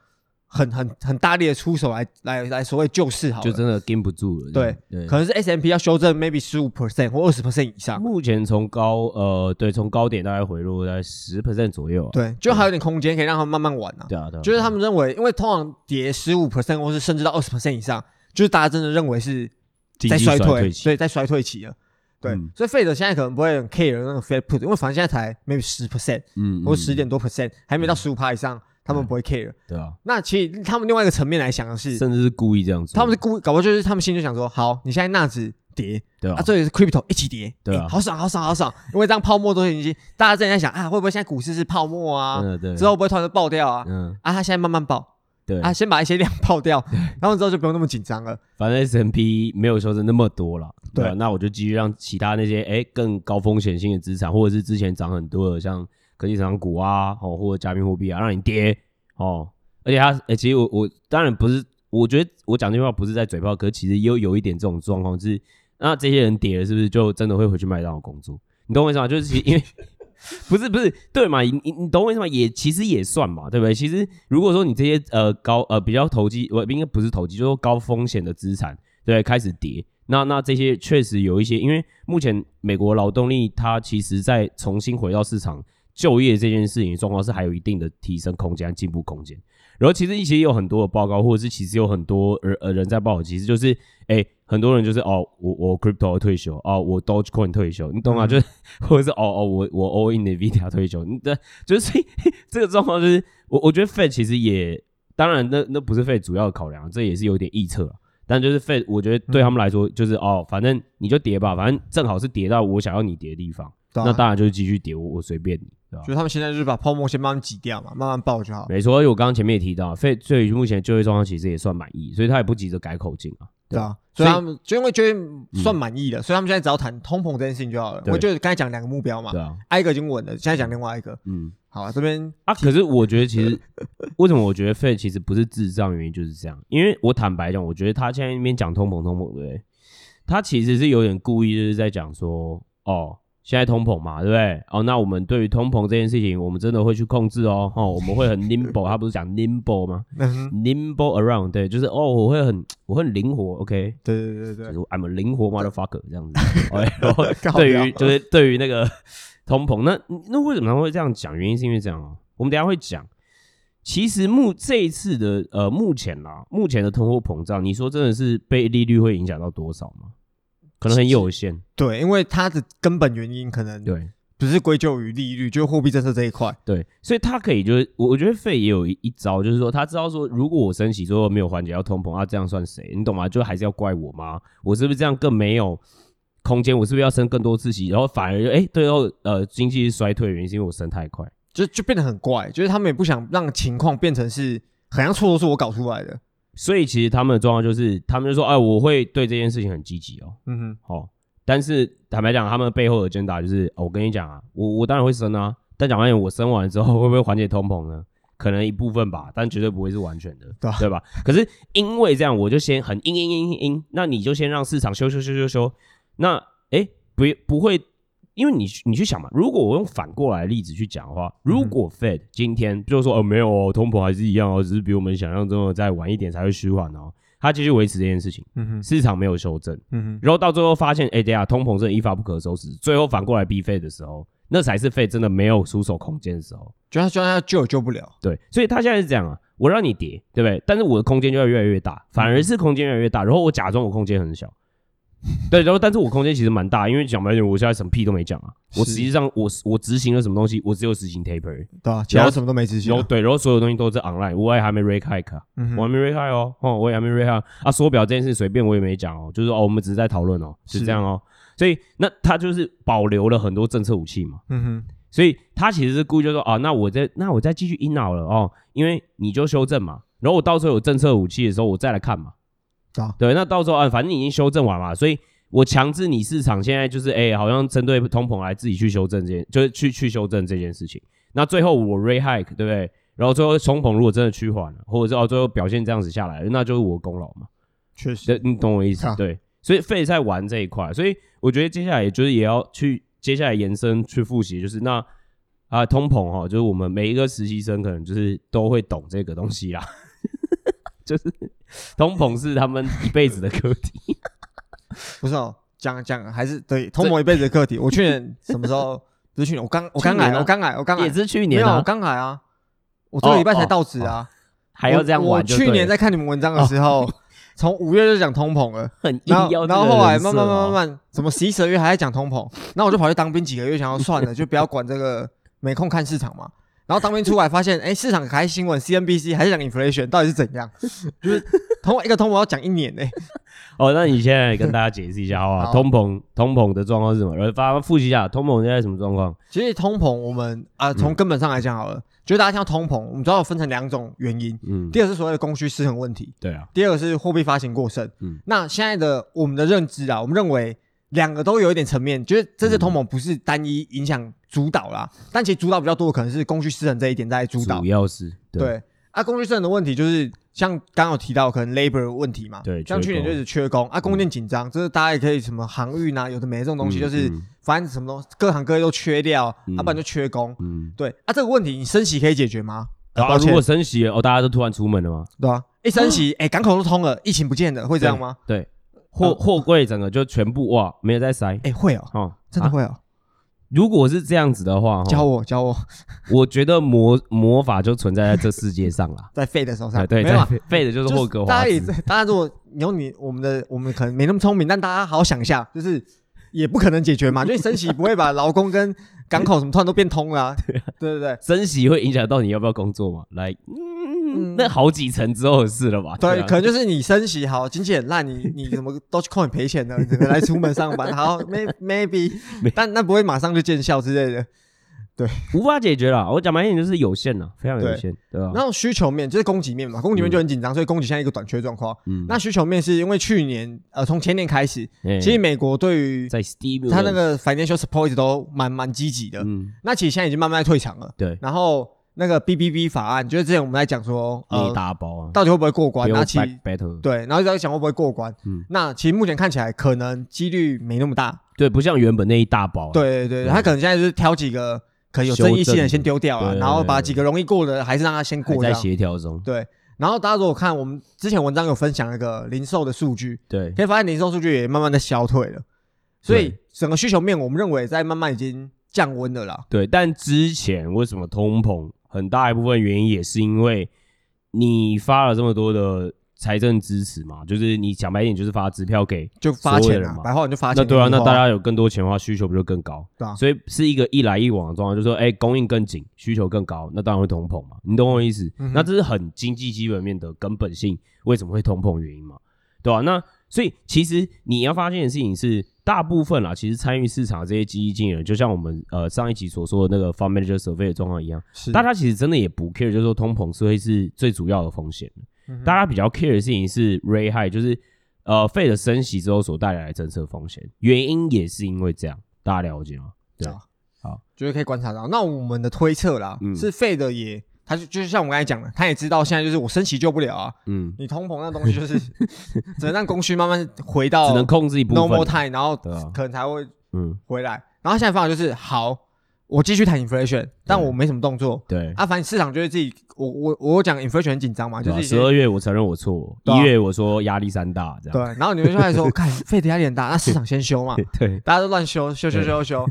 很很很大力的出手来来来所谓救市好了？
就真的跟不住了，
对
对
可能是 S M P 要修正 maybe 十五 percent 或二十 percent 以上，
目前从高呃，对，从高点大概回落在十 percent 左右、啊。
对，就还有点空间可以让他们慢慢玩啊。
对啊，对啊，
就是他们认为，因为通常跌十五 percent 或是甚至到二十 percent 以上，就是大家真的认为是
经
在
济
衰退，
退期，
对，在衰退期了。对，
嗯
所以费德现在可能不会很 care 那个 Fed put，因为反正现在才 maybe 十 percent
嗯
或十
嗯
点多 percent，还没到十五趴以上，他们不会 care。
对啊，
那其实他们另外一个层面来想的是，
甚至是故意这样做，
他们是故意，搞不好就是他们心里就想说，好，你现在纳指跌，
对
啊，
啊，
这里是 crypto 一起跌，
对啊
欸好爽，好爽，好爽，因为这样泡沫都已经，大家正在想啊，会不会现在股市是泡沫啊
真？的嗯对，
之后会不会突然就爆掉啊？
嗯，
啊，它现在慢慢爆，
对
啊，，先把一些量爆掉，然后之后就不用那么紧张了。
反正 S M P 没有修正那么多了，
对
啊，那我就继续让其他那些哎更高风险性的资产，或者是之前涨很多的像科技成长股啊，哦或者加密货币啊，让你跌哦，而且它哎、其实我我当然不是，我觉得我讲这句话不是在嘴炮，可是其实也有有一点这种状况，就是那这些人跌了，是不是就真的会回去麦当劳工作？你懂我意思吗？就是其实因为不是不是对嘛？你你你懂我意思吗？也其实也算嘛，对不对？其实如果说你这些呃高呃比较投机，我应该不是投机，就是说高风险的资产，对，开始跌。那那这些确实有一些，因为目前美国劳动力它其实在重新回到市场就业这件事情的状况是还有一定的提升空间、进步空间。然后其实其实有很多的报告，或者是其实有很多人呃人在报，其实就是哎很多人就是哦我我 crypto 退休哦我 Dogecoin 退休，你懂吗？
嗯
就是或者是哦哦我我 all in Nvidia 退休，你的就是 所以这个状况就是我我觉得 Fed 其实也当然那那不是 Fed 主要的考量，这也是有点臆测啊。但就是 Fed，我觉得对
嗯
他们来说就是、哦，反正你就跌吧，反正正好是跌到我想要你跌的地方，
对啊
那当然就是继续跌，我我随便你，对吧
就？是他们现在就是把泡沫先慢慢挤掉嘛，慢慢爆就好。
没错，而且我刚刚前面也提到，Fed 对于目前就业状况其实也算满意，所以他也不急着改口径啊。
对啊，
所
所
以嗯
以他们就因为觉得算满意了，所以他们现在只要谈通膨这件事情就好了。
对
我就刚才讲两个目标嘛
对，啊，
挨一个已经稳了，现在讲另外一个。
嗯
好啊，这边
啊，可是我觉得其实为什么我觉得 Fed 其实不是智障，原因就是这样，因为我坦白讲，我觉得他现在那边讲通膨通膨，对不对？他其实是有点故意，就是在讲说，哦，现在通膨嘛，对不对？哦，那我们对于通膨这件事情，我们真的会去控制哦，哦，我们会很 nimble，他不是讲 nimble 吗
嗯，
？nimble around，对，就是哦，我会很我会很灵活，OK，
对对对对
就
对
是 I'm a 灵活 motherfucker 这样 子。哎然后
靠
对
腰
于就是 对于那个通膨，那那为什么会这样讲？原因是因为这样哦，我们等一下会讲。其实目这一次的呃，目前啦，目前的通货膨胀，你说真的是被利率会影响到多少吗？可能很有限。
对，因为它的根本原因可能
对
不是归咎于利率，就是货币政策这一块。
对，所以他可以就是，我我觉得费也有一一招，就是说他知道说，如果我升息之后没有缓解到通膨，啊，这样算谁？你懂吗？就还是要怪我吗？我是不是这样更没有空间？我是不是要升更多次息？然后反而哎，最后呃经济衰退的原因是因为我升太快。
就就变得很怪，就是他们也不想让情况变成是好像错都是我搞出来的。
所以其实他们的状况就是，他们就说，哎，我会对这件事情很积极哦，
嗯哼，
哦。但是坦白讲，他们背后的挣扎就是、哦我跟你讲啊，我我当然会升啊，但讲白点，我升完之后会不会缓解通膨呢？可能一部分吧，但绝对不会是完全的，
对啊
对吧？可是因为这样，我就先很阴阴阴阴阴，那你就先让市场修修修修修，那诶不不会，因为你去你去想嘛，如果我用反过来的例子去讲的话，
嗯
如果 Fed 今天就说哦没有哦，通膨还是一样哦，只是比我们想象中的再晚一点才会趋缓哦，它继续维持这件事情，
嗯哼，
市场没有修正。
嗯哼，
然后到最后发现，哎、等一下通膨真的一发不可收拾，最后反过来逼费的时候，那才是费真的没有出手空间的时候。
就他就他救也救不了。
对，所以他现在是这样啊，我让你跌，对不对？但是我的空间就要越来越大，反而是空间越来越大，然后我假装我空间很小，对，然后但是我空间其实蛮大，因为讲白一点，我现在什么屁都没讲啊，我
是
实际上我我执行了什么东西，我只有执行 taper，
对啊，其他什么都没执行
然后
啊。
对，然后所有东西都是 online，我也还没 rate hike，、啊
嗯
我还
哼，
没 rate high 哦，哦，我也还没 rate high 啊。缩表这件事随便我也没讲哦，就是哦，我们只是在讨论哦，是
是
这样哦。所以那他就是保留了很多政策武器嘛，
嗯哼，
所以他其实是故意就说啊，那我再那我再继续引导了哦，因为你就修正嘛，然后我到时候有政策武器的时候我再来看嘛，
对啊
对，那到时候啊，反正你已经修正完嘛，所以我强制你市场现在就是哎、好像针对通膨来自己去修正这件，就是去去修正这件事情。那最后我 re hike 对不对？然后最后通膨如果真的趋缓了，或者是哦最后表现这样子下来了，那就是我的功劳嘛。
确
对
实，
你懂我意思
啊？
对，所以费在玩这一块，所以我觉得接下来也就是也要去接下来延伸去复习，就是那啊、通膨哈，就是我们每一个实习生可能就是都会懂这个东西啦， 就是通膨是他们一辈子的课题。
不是哦，讲讲还是对同谋一辈子的课题。我去年什么 时候？不是去年，我刚我刚
去年
来，
啊
我刚来，我刚来，
是去哦
没有，我，刚来啊，我这个礼拜才到职啊。
还要这样
我我
玩就对了，哦
去年在看你们文章的时候，从五月就讲通膨了。
很硬
然后
要这个人设哦，
然后后来慢慢慢慢慢慢，怎么十一十二月还在讲通膨？ 然后我就跑去当兵几个月，想要算了，就 不要管这个，没空看市场嘛。然后当兵出来发现，哎，市场开新闻，CNBC 还是讲 inflation，到底是怎样？ 就是通一个通膨要讲一年欸呢、
哦，那你现在跟大家解释一下好不好？
好
通膨通膨的状况是什么？然后大家复习一下通膨现在什么状况？
其实通膨我们啊、从根本上来讲好了，就是大家听到通膨，我们主要分成两种原因，
嗯，
第二是所谓的供需失衡问题，
对啊，
第二个是货币发行过剩。
嗯
那现在的我们的认知啊，我们认为两个都有一点层面，就是这次通膨不是单一影响主导啦，但其实主导比较多的可能是供需失衡这一点在主导
嗯主。要是
对，啊，供需失衡的问题就是像刚刚有提到可能 labor 的问题嘛，
对
像去年就是缺工啊，供应链紧张，这是大家也可以什么航运啊，有的没这种东西，就是
嗯嗯
反正什么东各行各业都缺料，
嗯
要不然就缺工。
嗯，
对啊，这个问题你升息可以解决吗？
然后
抱歉
啊如果升息了哦，大家都突然出门了吗？
对吧、一升 息，哎、港口都通了，疫情不见了，会这样吗？
对，货
呃
货柜整个就全部哇，没有在塞
哎、会哦，
哦，
真的
啊。
会哦，
如果是这样子的话，
教
哦
我教我。
我觉得魔魔法就存在在这世界上
。
啦
在废的手上
哎，对，
没有、啊，
对 废的就
就是
霍格
是大
华
家也
兹，
大家如果你用你我们的我们可能没那么聪明，但大家好好想一下，就是也不可能解决嘛，就你升息不会把劳工跟港口什么突然都变通了、啊，对对对。
升息会影响到你要不要工作嘛？来，嗯，那好几层之后的事了吧？
对，
啊
可能就是你升息好，经济很烂，你你怎么 Dogecoin 赔钱的，你怎么来出门上班？好，may maybe，但那不会马上就见效之类的。
无法解决了。我讲白一点就是有限了，非常有
对
限，对吧？
然后需求面就是供给面嘛，供给面就很紧张，所以供给现在一个短缺状况。
嗯
那需求面是因为去年呃从前年开始，
哎
其实美国对于
在 Steam
他那个 financial support 一直都蛮蛮积极的。
嗯，
那其实现在已经慢慢在退场了。
对
然后那个 B B B 法案，就是之前我们在讲说，
你
呃，
大包啊，
到底会不会过关？
不用
那其
back battle，
对，然后就在想会不会过关。
嗯哦
那其实目前看起来可能几率没那么大。
对，不像原本那一大包，，
对对对，
嗯
他可能现在就是挑几个可能有争议性
修正
的先丢掉啊，
对
然后把几个容易过的还是让他先
还
过这
在
样。
协调中，
对，然后大家如果看我们之前文章有分享那个零售的数据，
对，
可以发现零售数据也慢慢的消退了，所以
对
整个需求面我们认为在慢慢已经降温了啦。
对，但之前为什么通膨很大一部分原因也是因为你发了这么多的财政支持嘛，就是你讲白一点就是发支票给，
就发
所有
钱
人
啊
嘛，
白话文就发钱
那
给
对
你花。
啊，那大家有更多钱的话，需求不就更高？
对啊
所以是一个一来一往的状况，就是说，哎、供应更紧，需求更高，那当然会通膨嘛，你懂我意思？
嗯哼
那这是很经济基本面的根本性，为什么会通膨原因嘛，对吧、啊那所以其实你要发现的事情是，大部分啦，其实参与市场的这些基金经理人，就像我们呃上一集所说的那个 fund manager survey 的状况一样，
是
大家其实真的也不 care，就是说通膨是会是最主要的风险。
嗯哼
大家比较 care 的事情是 rate high，就是呃费的升息之后所带来的政策风险。原因也是因为这样，大家了解吗？对
好，
好
就是可以观察到。那我们的推测啦，
嗯
是费的也，他就就是像我们刚才讲的，他也知道现在就是我升息救不了啊，
嗯，
你通膨那东西就是 只能让供需慢慢回到
只能控制一部
哦 no more
分。
time，然后
对啊
可能才会
嗯，
回来。然后现在方法就是好，我继续谈 inflation，但
对
我没什么动作。
对。
啊，反正市场就是自己，我我我有讲 inflation 很紧张嘛，就
对吧
是一些
十二月我承认我错，
对啊
一月我说压力山大，这
对
样，
然后你们就开始 说，看费的压力很大，那市场先修嘛，
对
大家都乱修修修修修。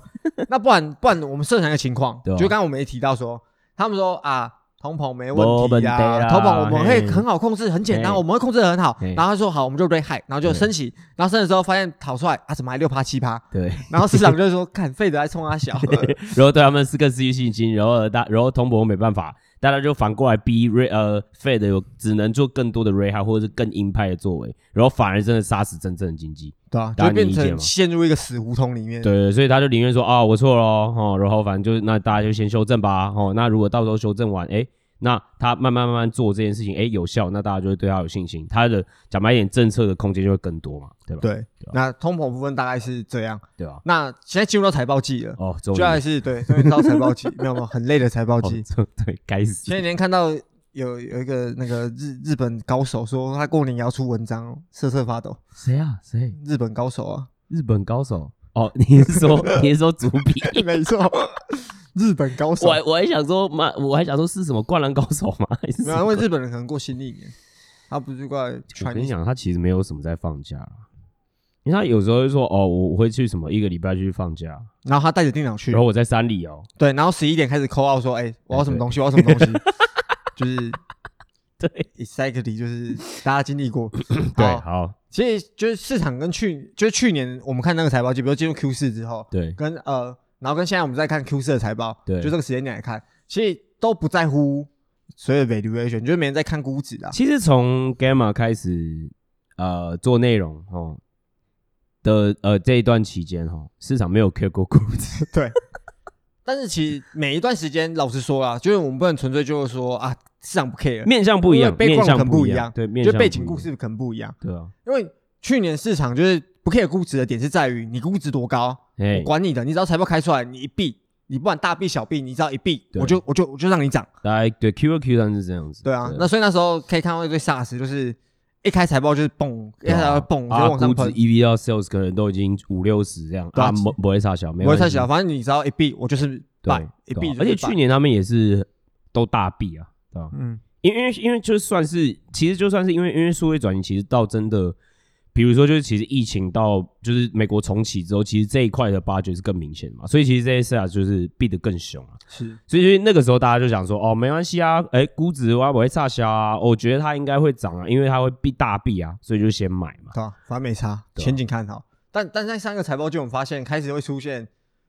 那不然不然，我们设想一个情况，
对啊
就刚刚我们也提到说，他们说啊，通膨没
没
问
问
题
题
啊，
啦
通膨我们会
嘿
很好控制，很简单，
嘿
我们会控制的很好
嘿。
然后他说好，我们就 rate high，然后就
对
升息，然后升的时候发现讨出来啊，怎么还六趴七趴？
对，
然后市场就会说，看费德还冲他小，
然后对他们是更失去信心，然后大，然后通膨没办法，大家就反过来逼 Ray 呃 Fed 有只能做更多的 r a t high 或者是更鹰派的作为，然后反而真的杀死真正的经济。
对啊，
大家
就会变
理解
成
吗
陷入一个死胡同里面。
对，所以他就宁愿说啊，我错了哦，然后反正就是那大家就先修正吧，哦，那如果到时候修正完，哎，那他慢慢慢慢做这件事情，哎，有效，那大家就会对他有信心，他的讲白一点，政策的空间就会更多嘛，对吧？
对
啊，
那通膨部分大概是这样。
对吧？
那现在进入到财报季了，
哦，终于
就还是对，终于到财报季，没有没有，很累的财报
哦
季。
这对，该死
前几天看到有有一个那个日日本高手说他过年也要出文章哦，瑟瑟发抖。
谁啊？谁？
日本高手啊，
日本高手？哦，你是说 你是说主笔？
没错，日本高手
我。还我还想说妈，我还想说是什么灌篮高手吗？ 还是
没
什
有，啊因
么
为日本人可能过新历年，他不是怪
我跟你
Chinese
讲，他其实没有什么在放假啦因为他有时候会说哦，我我会去什么一个礼拜去放假，啊
然后他带着电脑去
然，后我在山里哦，
对，然后十一点开始扣号说，哎，我要什么东西，我要什么东西， 就是
对
exactly 就是大家经历过。
对，
嗯好
好，
其实就是市场跟去，就是去年我们看那个财报，就比如进入 Q 四之后，
对
跟呃，然后跟现在我们在看 Q 四的财报，
对
就这个时间点来看，其实都不在乎所有的 valuation，就是没人在看估值啦。
其实从 Gamma 开始，呃，做内容哦的呃这一段期间哦，市场没有 care 过股指，
但是其实每一段时间，老实说啦，啊就是我们不能纯粹就是说啊，市场不 care，
面向不一样，
因为背
面
景
向
可能
不
不
一
一
样，
样
对，面
就
向
背景
不一
故
样，
事可能不一样，
对啊，
因为去年市场就是不 care 估值的点是在于你估值多高，
哎
我，管你的，你只要财报开出来，你一避，你不管大避小避，你只要一避，
对
我就我就我就让你涨。
大概对 Q 和 Q 上是这样子，
对啊，那所以那时候可以看到一堆 SARS，就是一开财报就是蹦，一
对
开
啊
财报蹦，直接
啊，
往上
估值
喷，
EV 到 sales 可能都已经五六十这样
对啊
啊，不不会差小，没
不会
关
太
系
小，，反正你只要一避，我就是
对
败，一
对
避
啊
就是
而且
败
去，年他们也是都大币啊，对吧？
嗯，
因为因为因为就算是其实就算是因为因为数位转型，其实到真的，比如说就是其实疫情到就是美国重启之后，其实这一块的八掘是更明显的嘛，所以其实这些事啊就是避得更凶啊，
是
所以就是那个时候大家就想说哦没关系啊，哎估值我不会差销啊，我觉得它应该会涨啊，因为它会避大避啊，所以就先买嘛，
对啊，反正没差，
对啊
前景看好。但但在上个财报就我们发现，开始会出现，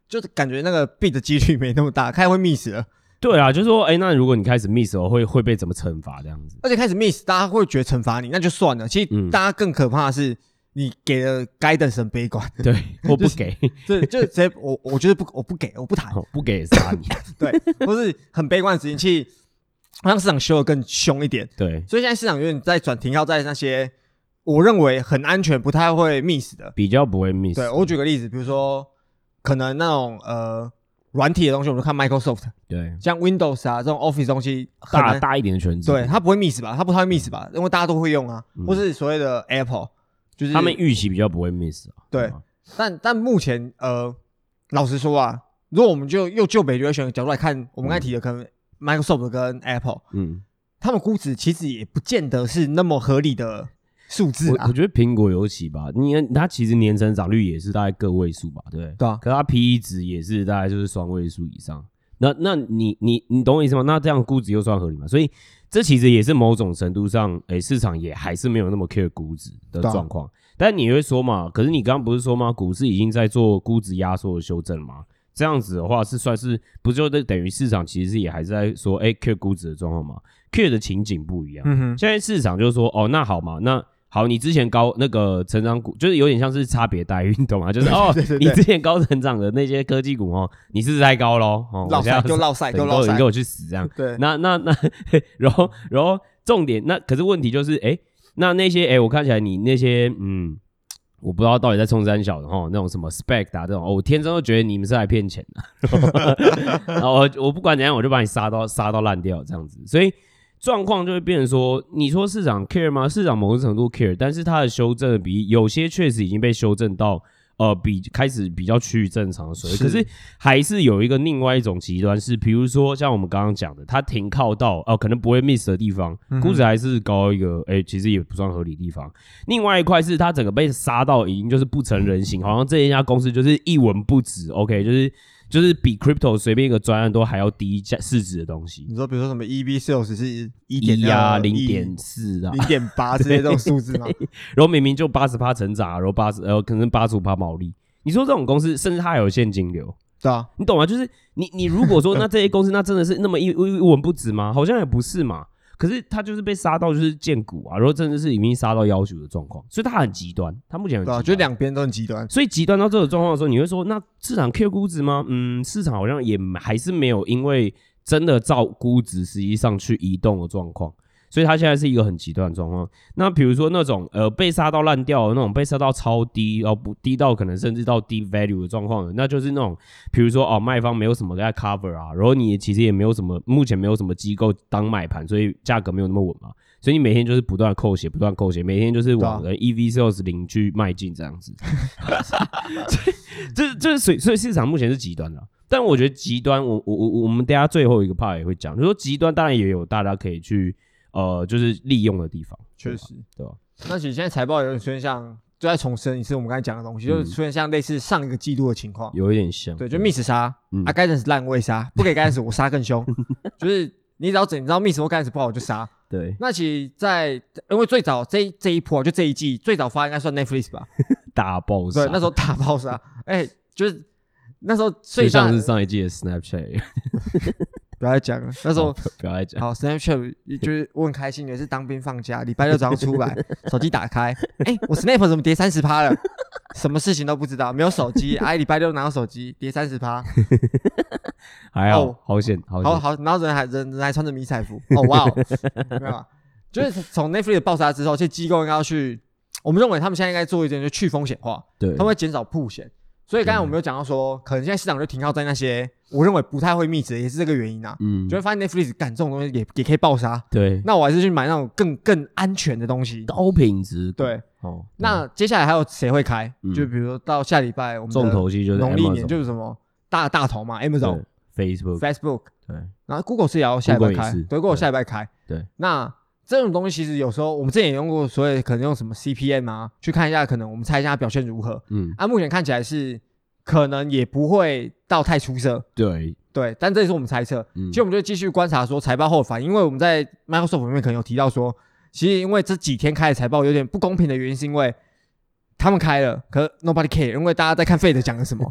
就是感觉那个避的几率没那么大，开始会 miss 了，
对啊，就是说哎那如果你开始 miss 哦会会被怎么惩罚这样子，
而且开始 miss，大家会觉得惩罚你，那就算了。其
嗯
实大家更可怕的是，你给了 guidance 很 悲观，
对，或不给，
这就直接我我就是不我不给我不谈，
哦不给也杀你，
对，都是很悲观的时间，去让市场修的更凶一点。
对，
所以现在市场有点在转停靠在那些我认为很安全、不太会 miss 的。
比较不会 miss，
对我举个例子，比如说可能那种呃软体的东西，我们就看 Microsoft，
对，
像 Windows 啊这种 Office 东西很
大
难，
大一点的圈子，
对，它不会 miss 吧？它不太会 miss 吧？因为大家都会用啊，或是所谓的 Apple，就是
嗯他们预期比较不会 miss 啊。
对，但但目前呃，老实说啊，如果我们就又就 valuation 的角度来看，我们刚才提的可能 Microsoft 跟 Apple，
嗯，
他们估值其实也不见得是那么合理的数字
我
啊
我，觉得苹果尤其吧，你看它其实年成长率也是大概个位数吧，对不对？
对啊，
可它 P E 值也是大概就是双位数以上。那那你你你懂我意思吗？那这样估值又算合理吗？所以这其实也是某种程度上，诶、市场也还是没有那么 care 估值的
对啊
状况。但你会说嘛？可是你刚刚不是说吗？股市已经在做估值压缩的修正吗？这样子的话是算是不就等于市场其实也还是在说，诶、c a r e 估值的状况嘛？care 的情景不一样。
嗯哼，
现在市场就是说，哦，那好嘛，那好，你之前高那个成长股，就是有点像是差别待遇，你懂 吗？就是哦，
对对
你
对
之前高成长的那些科技股哦，你是不是太高喽，哦，
落
我现在
赛
要
就落赛
对
就
你给
落
我你
赛
给，我去死这样。
对，
那那那，然后然后重点那可是问题就是，哎，那那些哎，我看起来你那些嗯。我不知道到底在冲三小的哦哈，那种什么 spec 啊这种、哦我天真都觉得你们是来骗钱的。然后我我不管怎样，我就把你杀到杀到烂掉这样子，所以状况就会变成说，你说市场 care 吗？市场某种程度 care，但是它的修正的比例有些确实已经被修正到呃比开始比较趋于正常的水位，
是
可是还是有一个另外一种极端是，比如说像我们刚刚讲的，它停靠到哦、呃可能不会 miss 的地方，
哼
估值还是高一个，哎、其实也不算合理的地方。另外一块是它整个被杀到已经就是不成人形，好像这一家公司就是一文不值，OK，就是就是比 crypto 随便一个专案都还要低价市值的东西。
你说比如说什么 EB sales 是一点
一啊，零点四啊，
零点 八之类这种数字吗？
然后明明就八十趴成长啊，然后八十呃可能八十五趴毛利，你说这种公司甚至它还有现金流，
对啊，
你懂吗？就是你你如果说 那这些公司那真的是那么一一一文不值吗？好像也不是嘛。可是它就是被杀到就是见骨啊，然后真的是已经杀到要求的状况，所以它很极端，它目前很极
对啊，
端。
就两边都很极端，
所以极端到这种状况的时候，你会说，那市场 Q 估值吗？嗯，市场好像也还是没有因为真的照估值实际上去移动的状况，所以它现在是一个很极端的状况。那比如说那种呃被杀到烂掉的那种，被杀到超低，然后不低到可能甚至到低 value 的状况的，那就是那种比如说哦卖方没有什么在 cover 啊，然后你其实也没有什么目前没有什么机构当买盘，所以价格没有那么稳嘛，所以你每天就是不断地扣血，不断地扣血，每天就是往呃 EV sales 零去迈进这样子。 这这所以所以市场目前是极端的啊、但我觉得极端，我我我我们等一下最后一个 part 也会讲，就是说极端当然也有大家可以去呃就是利用的地方，
确实，
啊对吧？
那其实现在财报有点出现像，就在重申一次我们刚才讲的东西，就是出现像类似上一个季度的情况。
嗯有一点像，
对，就 miss 杀、
嗯
啊，guidance 烂我也杀，不给 guidance 我杀 更凶，就是你只要整你知道 miss 或 guidance 不好我就杀。
对
那其实在，因为最早这一这一波啊就这一季最早发应该算 Netflix 吧，
大爆杀，
对，那时候大爆杀， 哎、就是那时候
最
最大
像是上一季的 Snapchat，
不要再讲了，那时候
不要再讲，
好 Snapchat 就是我很开心，也是当兵放假，礼拜六早上出 来，手机打开，哎、我 Snap 怎么跌三十趴了？ 什么事情都不知道，没有手机，哎、礼拜六拿到手机跌三十趴，
还好
哦
好险好
好
险，
好，然后人还人人还穿着迷彩服，哦哇 哦，没有啊，就是从 Netflix 的爆杀之后，这些机构应该要去，我们认为他们现在应该做一件就去风险化，
对
他们会减少曝险。所以刚才我们有讲到说，可能现在市场就停靠在那些我认为不太会密值，也是这个原因啊。
嗯
就会发现 Netflix 干这种东西也也可以爆杀，
对
那我还是去买那种更更安全的东西。
高品质，
对，
哦，
那接下来还有谁会开
嗯？
就比如说到下礼拜我们的
重头戏就是
农历年
Amazon
就是什么大大头嘛，Amazon、
对 Facebook，
Facebook，
对
然后 Google 是也要下礼拜
Google 也
开，
是
对，Google
对
下礼拜开。
对，
那这种东西其实有时候我们之前也用过，所以可能用什么 CPM 啊，去看一下，可能我们猜一下它表现如何。
嗯
啊，目前看起来是可能也不会到太出色，
对，
对，但这也是我们猜测。
嗯
其实我们就继续观察说财报后的反应，因为我们在 Microsoft 里面可能有提到说，其实因为这几天开的财报有点不公平的原因，是因为他们开了， 可是 nobody care，因为大家在看 Fed 讲了什么，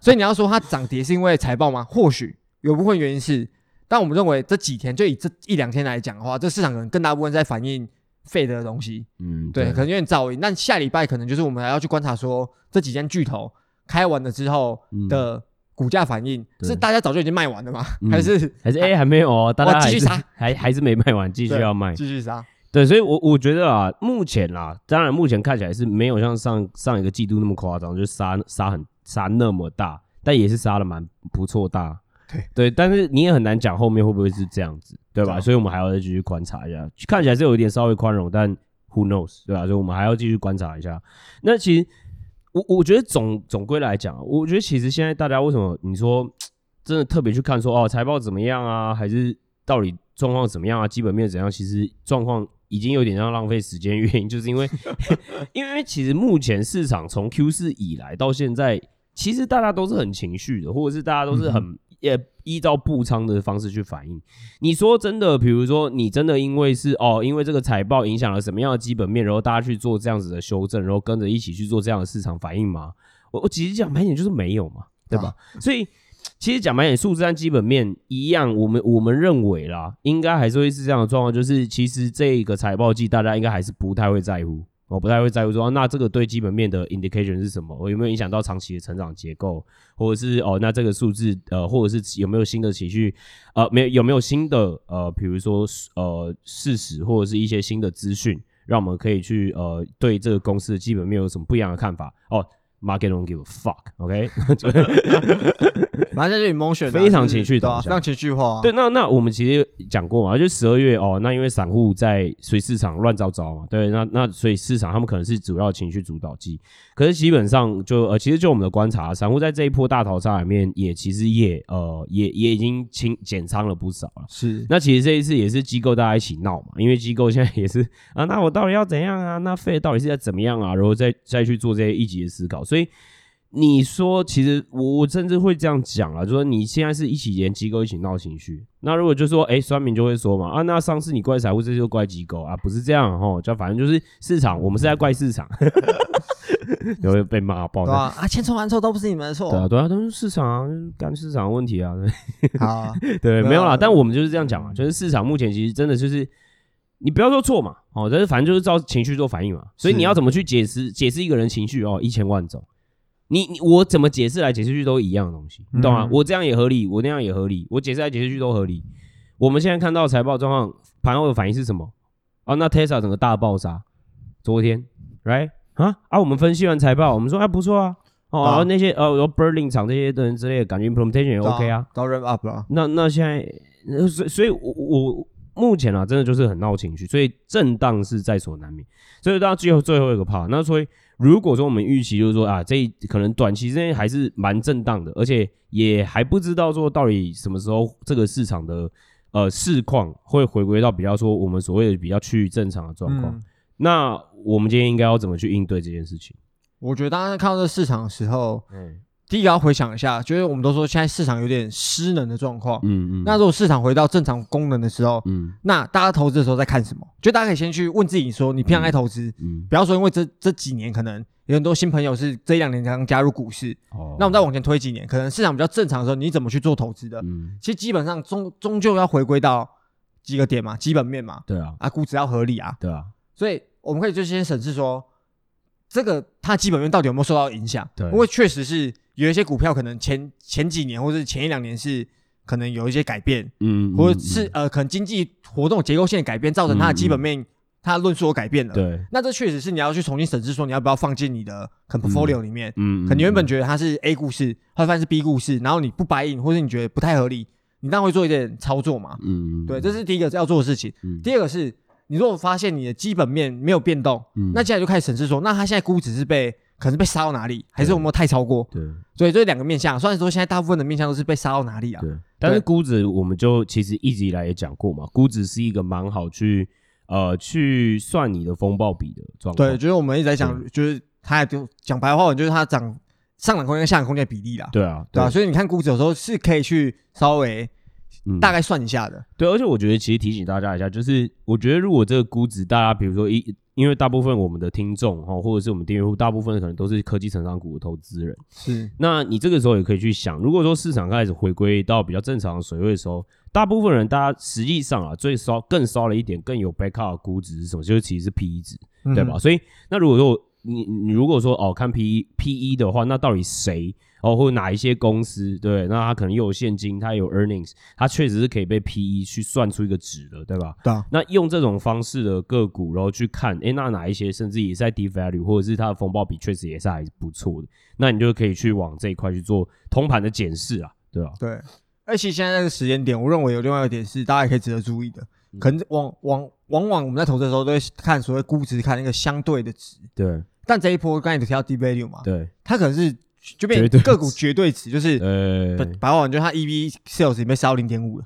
所以你要说它涨跌是因为财报吗？或许有部分原因是，但我们认为这几天就以这一两天来讲的话，这市场可能更大部分在反映 Fed 的东西，
嗯
对，可能有点噪音。那下礼拜可能就是我们还要去观察说这几间巨头开完了之后
嗯
的股价反应，
对
是大家早就已经卖完了吗？
嗯
还是
还是哎、还没有哦，大家
哇
还
继续
是
杀
还还是没卖完，继续
对
要卖。
继续杀？
对，所以我，我觉得啊，目前啦，当然目前看起来是没有像上上一个季度那么夸张，就是杀杀很杀那么大。但也是杀的蛮不错大。
对
对，但是你也很难讲后面会不会是这样子，对吧？
对
所以我们还要再继续观察一下。看起来是有一点稍微宽容，但 who knows，对吧？所以我们还要继续观察一下。那其实我我觉得总总归来讲，啊我觉得其实现在大家为什么你说真的特别去看说哦财报怎么样啊，还是到底状况怎么样啊，基本面怎样？其实状况已经有点像浪费时间，原因 就是因为因为其实目前市场从 Q 四以来到现在，其实大家都是很情绪的，或者是大家都是很、也依照布仓的方式去反应。你说真的，比如说你真的因为是哦，因为这个财报影响了什么样的基本面，然后大家去做这样子的修正，然后跟着一起去做这样的市场反应吗？我我其实讲白一点就是没有嘛，对吧？所以其实讲白一点，数字和基本面一样，我们我们认为啦，应该还是会是这样的状况，就是其实这个财报季大家应该还是不太会在乎。我不太会在乎说、啊那这个对基本面的 indication 是什么？哦我有没有影响到长期的成长结构，或者是哦，那这个数字呃，或者是有没有新的情绪，呃，没有有没有新的呃，比如说呃事实或者是一些新的资讯，让我们可以去呃对这个公司的基本面有什么不一样的看法？哦，market don't give a fuck，OK？、
反正就是 emotion，啊
非常
就是
情绪
对啊
导向
非常情绪化啊。
对，那那我们其实讲过嘛，就十二月哦，那因为散户在随市场乱糟糟嘛，对，那那所以市场他们可能是主要情绪主导剂，可是基本上就呃，其实就我们的观察，散户在这一波大逃杀里面也其实也呃也也已经清减仓了不少了。
是
那其实这一次也是机构大家一起闹嘛，因为机构现在也是啊，那我到底要怎样啊？那费到底是要怎么样啊？然后再再去做这些一级的思考。所以你说，其实我我甚至会这样讲啊，就说你现在是一起连机构一起闹情绪。那如果就说，哎，酸民就会说嘛，啊，那上次你怪财务，这次就怪机构啊，不是这样哦，就反正就是市场，我们是在怪市 场， 有会被骂爆
对。啊，啊，千错万错都不是你们的错
对。啊，对啊，都是市场啊，干市场的问题啊。对
好啊，
对，
对啊
没有啦，但我们就是这样讲嘛，就是市场目前其实真的就是，你不要说错嘛，哦，但是反正就是照情绪做反应嘛，所以
是
你要怎么去解释解释一个人情绪哦，一千万种，你你我怎么解释来解释去都一样的东西，你懂吗、
嗯
我这样也合理，我那样也合理，我解释来解释去都合理。我们现在看到财报状况，盘后的反应是什么？啊，那 Tesla 整个大爆杀，昨天，right 啊啊，我们分析完财报，我们说啊不错啊，哦，
对啊
然后那些呃，有 Berlin 厂这些的人之类的，感觉 implementation 也
对
OK 啊，
都 r a p up 了。
那那现在，呃所以所以我，我我目前啊，真的就是很闹情绪，所以震荡是在所难免。所以到最后最后一个 part，那所以如果说我们预期就是说啊，这一可能短期之内还是蛮震荡的，而且也还不知道说到底什么时候这个市场的呃市况会回归到比较说我们所谓的比较趋于正常的状况。
嗯，
那我们今天应该要怎么去应对这件事情？
我觉得大家看到这市场的时候，
嗯
第一个要回想一下，就是我们都说现在市场有点失能的状况。
嗯嗯
那如果市场回到正常功能的时候，
嗯
那大家投资的时候在看什么？就大家可以先去问自己说，你平常爱投资，
嗯
不要说因为这这几年可能有很多新朋友是这一两年刚加入股市，
哦
那我们再往前推几年，可能市场比较正常的时候，你怎么去做投资的？
嗯
其实基本上终终究要回归到几个点嘛，基本面嘛，
对啊
啊，估值要合理啊，
对啊
所以我们可以就先审视说，这个它基本面到底有没有受到影响？
对
因为确实是有一些股票可能前前几年或者前一两年是可能有一些改变，
嗯，
或
嗯
者是呃可能经济活动结构性的改变，造成它的基本面它的论述有改变了。
嗯对
那这确实是你要去重新审视，说你要不要放进你的可能 portfolio 里面。
嗯，
可能原
嗯
本觉得它是 A 故事，后来发现是 B 故事，然后你不 buy in，或者你觉得不太合理，你当然会做一点操作嘛。
嗯，
对，这是第一个要做的事情。
嗯
第二个是，你如果发现你的基本面没有变动，
嗯
那接下来就开始审视说，那它现在估值是被可能是被杀到哪里，还是有没有太超过？
对
所以这两个面向，虽然说现在大部分的面向都是被杀到哪里啊，
对，但是估值我们就其实一直以来也讲过嘛，估值是一个蛮好去呃去算你的风暴比的状况。
对，就是我们一直在讲，就是它就讲白话文，就是它涨上涨空间跟下涨空间的比例啦，
对啊，
对啊，所以你看估值有时候是可以去稍微
嗯
大概算一下的，
对，而且我觉得其实提醒大家一下，就是我觉得如果这个估值，大家比如说一，因为大部分我们的听众哈，或者是我们订阅户，大部分可能都是科技成长股的投资人。
是
那你这个时候也可以去想，如果说市场开始回归到比较正常的水位的时候，大部分人大家实际上啊，最 E
嗯
烧更烧了一点，更有 backup 的估值是什么？就是其实是 PE 值。对吧？？所以那如果说你你如果说哦看 P P E 的话，那到底谁哦或者哪一些公司对？那他可能又有现金，他有 earnings，他确实是可以被 P E 去算出一个值的，对吧？
对啊，
那用这种方式的个股，然后去看，诶，那哪一些甚至也是在低 value，或者是它的风暴比确实也是还不错的，那你就可以去往这一块去做通盘的检视啊，对吧、
对，而且现在这个时间点，我认为有另外一个点是大家也可以值得注意的，
嗯
可能往往往往我们在投资的时候都会看所谓估值，看那个相对的值，
对
但这一波刚才你提到 D value 嘛，
对，
它可能是就变
绝对值
个股绝对值，就是
呃，
白白话文就是它 EV sales 里面烧零点 五了，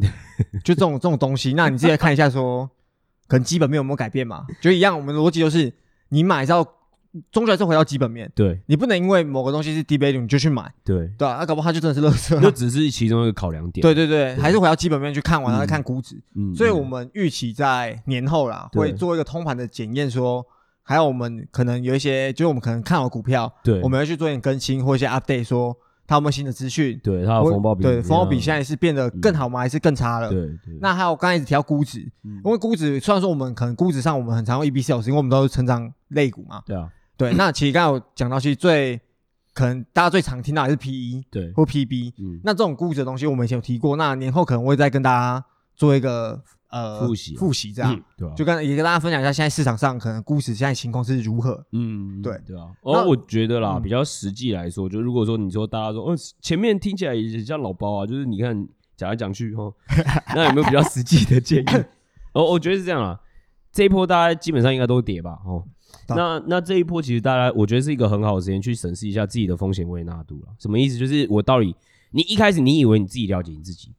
就这种这种东西，那你自己来看一下说，可能基本面有没有改变嘛？就一样，我们的逻辑就是你买到，终究还是回到基本面，
对
你不能因为某个东西是低 value 你就去买，
对，
对啊，那搞不好它就真的是垃圾啊、
那只是其中一个考量点。
对对对，还是回到基本面去看完，然后再看估值。
嗯，嗯，
所以我们预期在年后啦，
对
会做一个通盘的检验说。还有我们可能有一些，就是我们可能看好股票，
对
我们要去做一点更新或一些 update，说它有没有新的资讯，
对它的
我
风暴比
对风暴比现
现
在是变得更好吗？还是更差了？
在对对
那还有刚才一直提到估值，
嗯
因为估值虽然说我们可能估值上我们很常用 EB sales，因为我们都是成长类股嘛。
对啊
对，那其实刚才有讲到，其实最可能大家最常听到也是 PE
对，
或 PB。
嗯
那这种估值的东西，我们以前有提过，那年后可能会再跟大家做一个呃
复习啊
复习这样，
嗯对啊，
就跟也跟大家分享一下现在市场上可能估值现在情况是如何。
嗯，
对
对啊。
那
哦，我觉得啦，
嗯
比较实际来说，就如果说你说大家说，哦，前面听起来也像老包啊，就是你看讲来讲去 哦，那有没有比较实际的建议？哦，我觉得是这样啊，这一波大家基本上应该都跌吧，哦。
对
那那这一波其实大家，我觉得是一个很好的时间去审视一下自己的风险微纳度了。什么意思？就是我到底，你一开始你以为你自己了解你自己，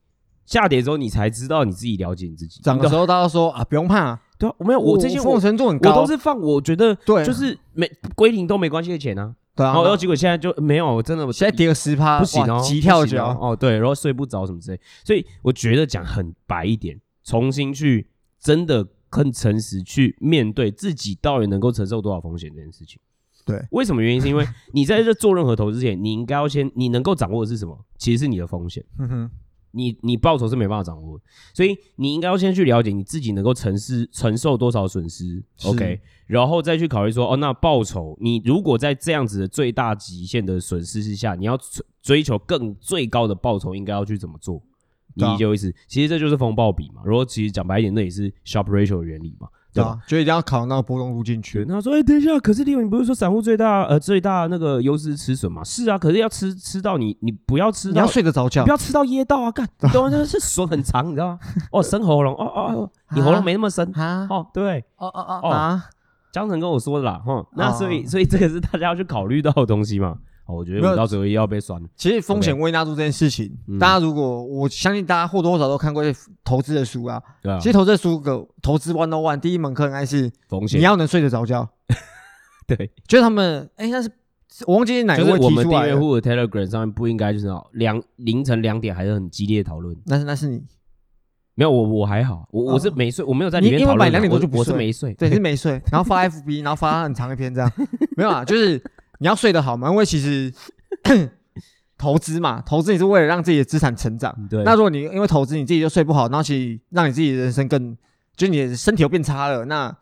下跌之后你才知道你自己了解你自己。
涨
你
的
懂
时候大家说啊，不用怕，
对啊，我没有，我这些我
风险程度很
我
高，
都是放，我觉得
对
就是没归零都没关系的钱啊。
对啊
然，后，然后结果现在就没有，我真的我
现在跌个十趴，
不行
哇
哦，
急跳
不行
脚
哦，哦，对，然后睡不着什么之类，所以我觉得讲很白一点，重新去真的更诚实去面对自己到底能够承受多少风险这件事情。
对，
为什么原因？是因为你在这做任何投资之前，你应该要先你能够掌握的是什么？其实是你的风险，
嗯哼，
你你报酬是没办法掌握的，所以你应该要先去了解你自己能够承受承受多少损失
是
，OK，然后再去考虑说，哦，那报酬，你如果在这样子的最大极限的损失之下，你要追追求更最高的报酬，应该要去怎么做？你
对啊
理解我意思？其实这就是风暴比嘛。如果其实讲白一点，那也是 Sharp Ratio 的原理嘛，
对
对吧？
啊，就一定要考那个波动度
对，
进去。
那他说：“哎、等一下，可是李勇，你不是说散户最大呃最大那个优势是吃笋嘛？是啊，可是要吃吃到你，你不要吃
你
到
要睡得着觉
不，要吃到噎到啊！ 干，你懂吗？就是手很长，你知道吗？哦，深喉咙，哦哦哦，你喉咙没那么深。
啊
哦，对，
哦哦
哦
哦啊！
江晨跟我说的啦，哈。那
哦
所以，所以这个是大家要去考虑到的东西嘛。哦，我觉得
没
我
有
到时候也要被酸了。
其实风险微纳度这件事情
OK 嗯，
大家如果我相信大家或多或少都看过一些投资的书啊。
对啊
其，实投资的书个投资 one on one 第一门课应该是
风险
你要能睡得着觉。
对，
就是他们哎，那是是我忘记是哪
就是
个位
我
提
们
出
订
来
阅
的，
户的 Telegram 上面不应该就是那种两凌晨两点还是很激烈的讨论。
那是那是你，
没有，我我还好，我我是
哦
没睡，我没有在
你
里面
因为
讨论啊。
买两点多就
我
不
我是
睡
没睡。
对，你是 没睡，然后发 FB，然后发很长一篇这样，没有啊，就是你要睡得好嘛，因为其实 投资嘛，投资你是为了让自己的资产成长。
对，
那如果你因为投资你自己就睡不好，那其实让你自己的人生更，就是你的身体又变差 了，那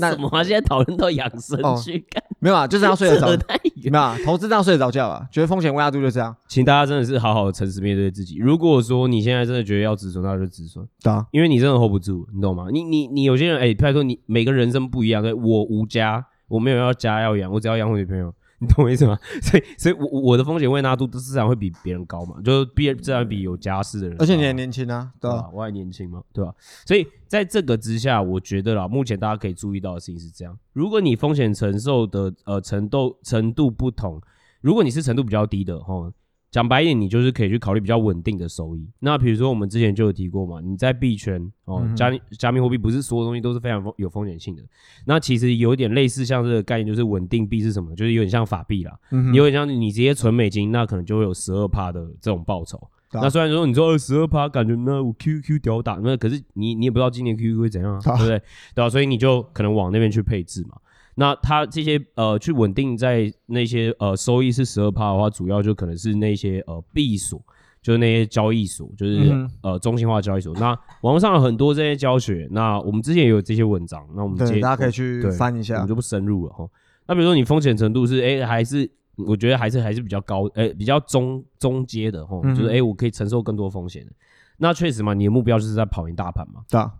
那
什么啊？现在讨论到养生
哦
去，干
没有啊，就是要睡 得
扯
着，
太远。
没有啊，投资这样睡得着觉啊，觉得风险微压度就这样，
请大家真的是好好诚实面对自己。如果说你现在真的觉得要止损，那就止损。
对啊，
因为你真的 hold 不住，你懂吗？你你你有些人，哎、譬如说你每个人生不一样，对哎我无家，我没有要家要养，我只要养我女朋友， 你懂我意思吗？所以所以我，我我的风险未纳度自然会比别人高嘛，就是别自然比有家室的人高
而
啊，
且你也年轻啊，对
对
吧、
吧？我还年轻嘛，对吧？所以在这个之下，我觉得啦，目前大家可以注意到的事情是这样：如果你风险承受的呃程度程度不同，如果你是程度比较低的哈，讲白一点，你就是可以去考虑比较稳定的收益。那比如说我们之前就有提过嘛，你在币圈哦，
嗯哼
加密加密货币不是所有东西都是非常风有风险性的。那其实有一点类似像这个概念，就是稳定币是什么？就是有点像法币啦，
嗯哼
有点像你直接存美金，那可能就会有十二趴的这种报酬。
对啊
那虽然说你说二呃十二趴，感觉那我 QQ 屌打，那可是你你也不知道今年 QQ 会怎样啊，
对
对
啊
不对？对啊，所以你就可能往那边去配置嘛。那它这些呃去稳定在那些呃收益是十二趴的话，主要就可能是那些呃币所，就是那些交易所，就是、
嗯
呃中心化交易所。那网络上有很多这些教学，那我们之前也有这些文章，那我们
对，
接
大家可以去
对
翻一
我
下
们。就不深入了哈。那比如说你风险程度是哎、还是我觉得还是还是比较高，哎、比较中中阶的吼，
嗯
就是哎、我可以承受更多风险的。那确实嘛，你的目标就是在跑赢大盘嘛，
对啊，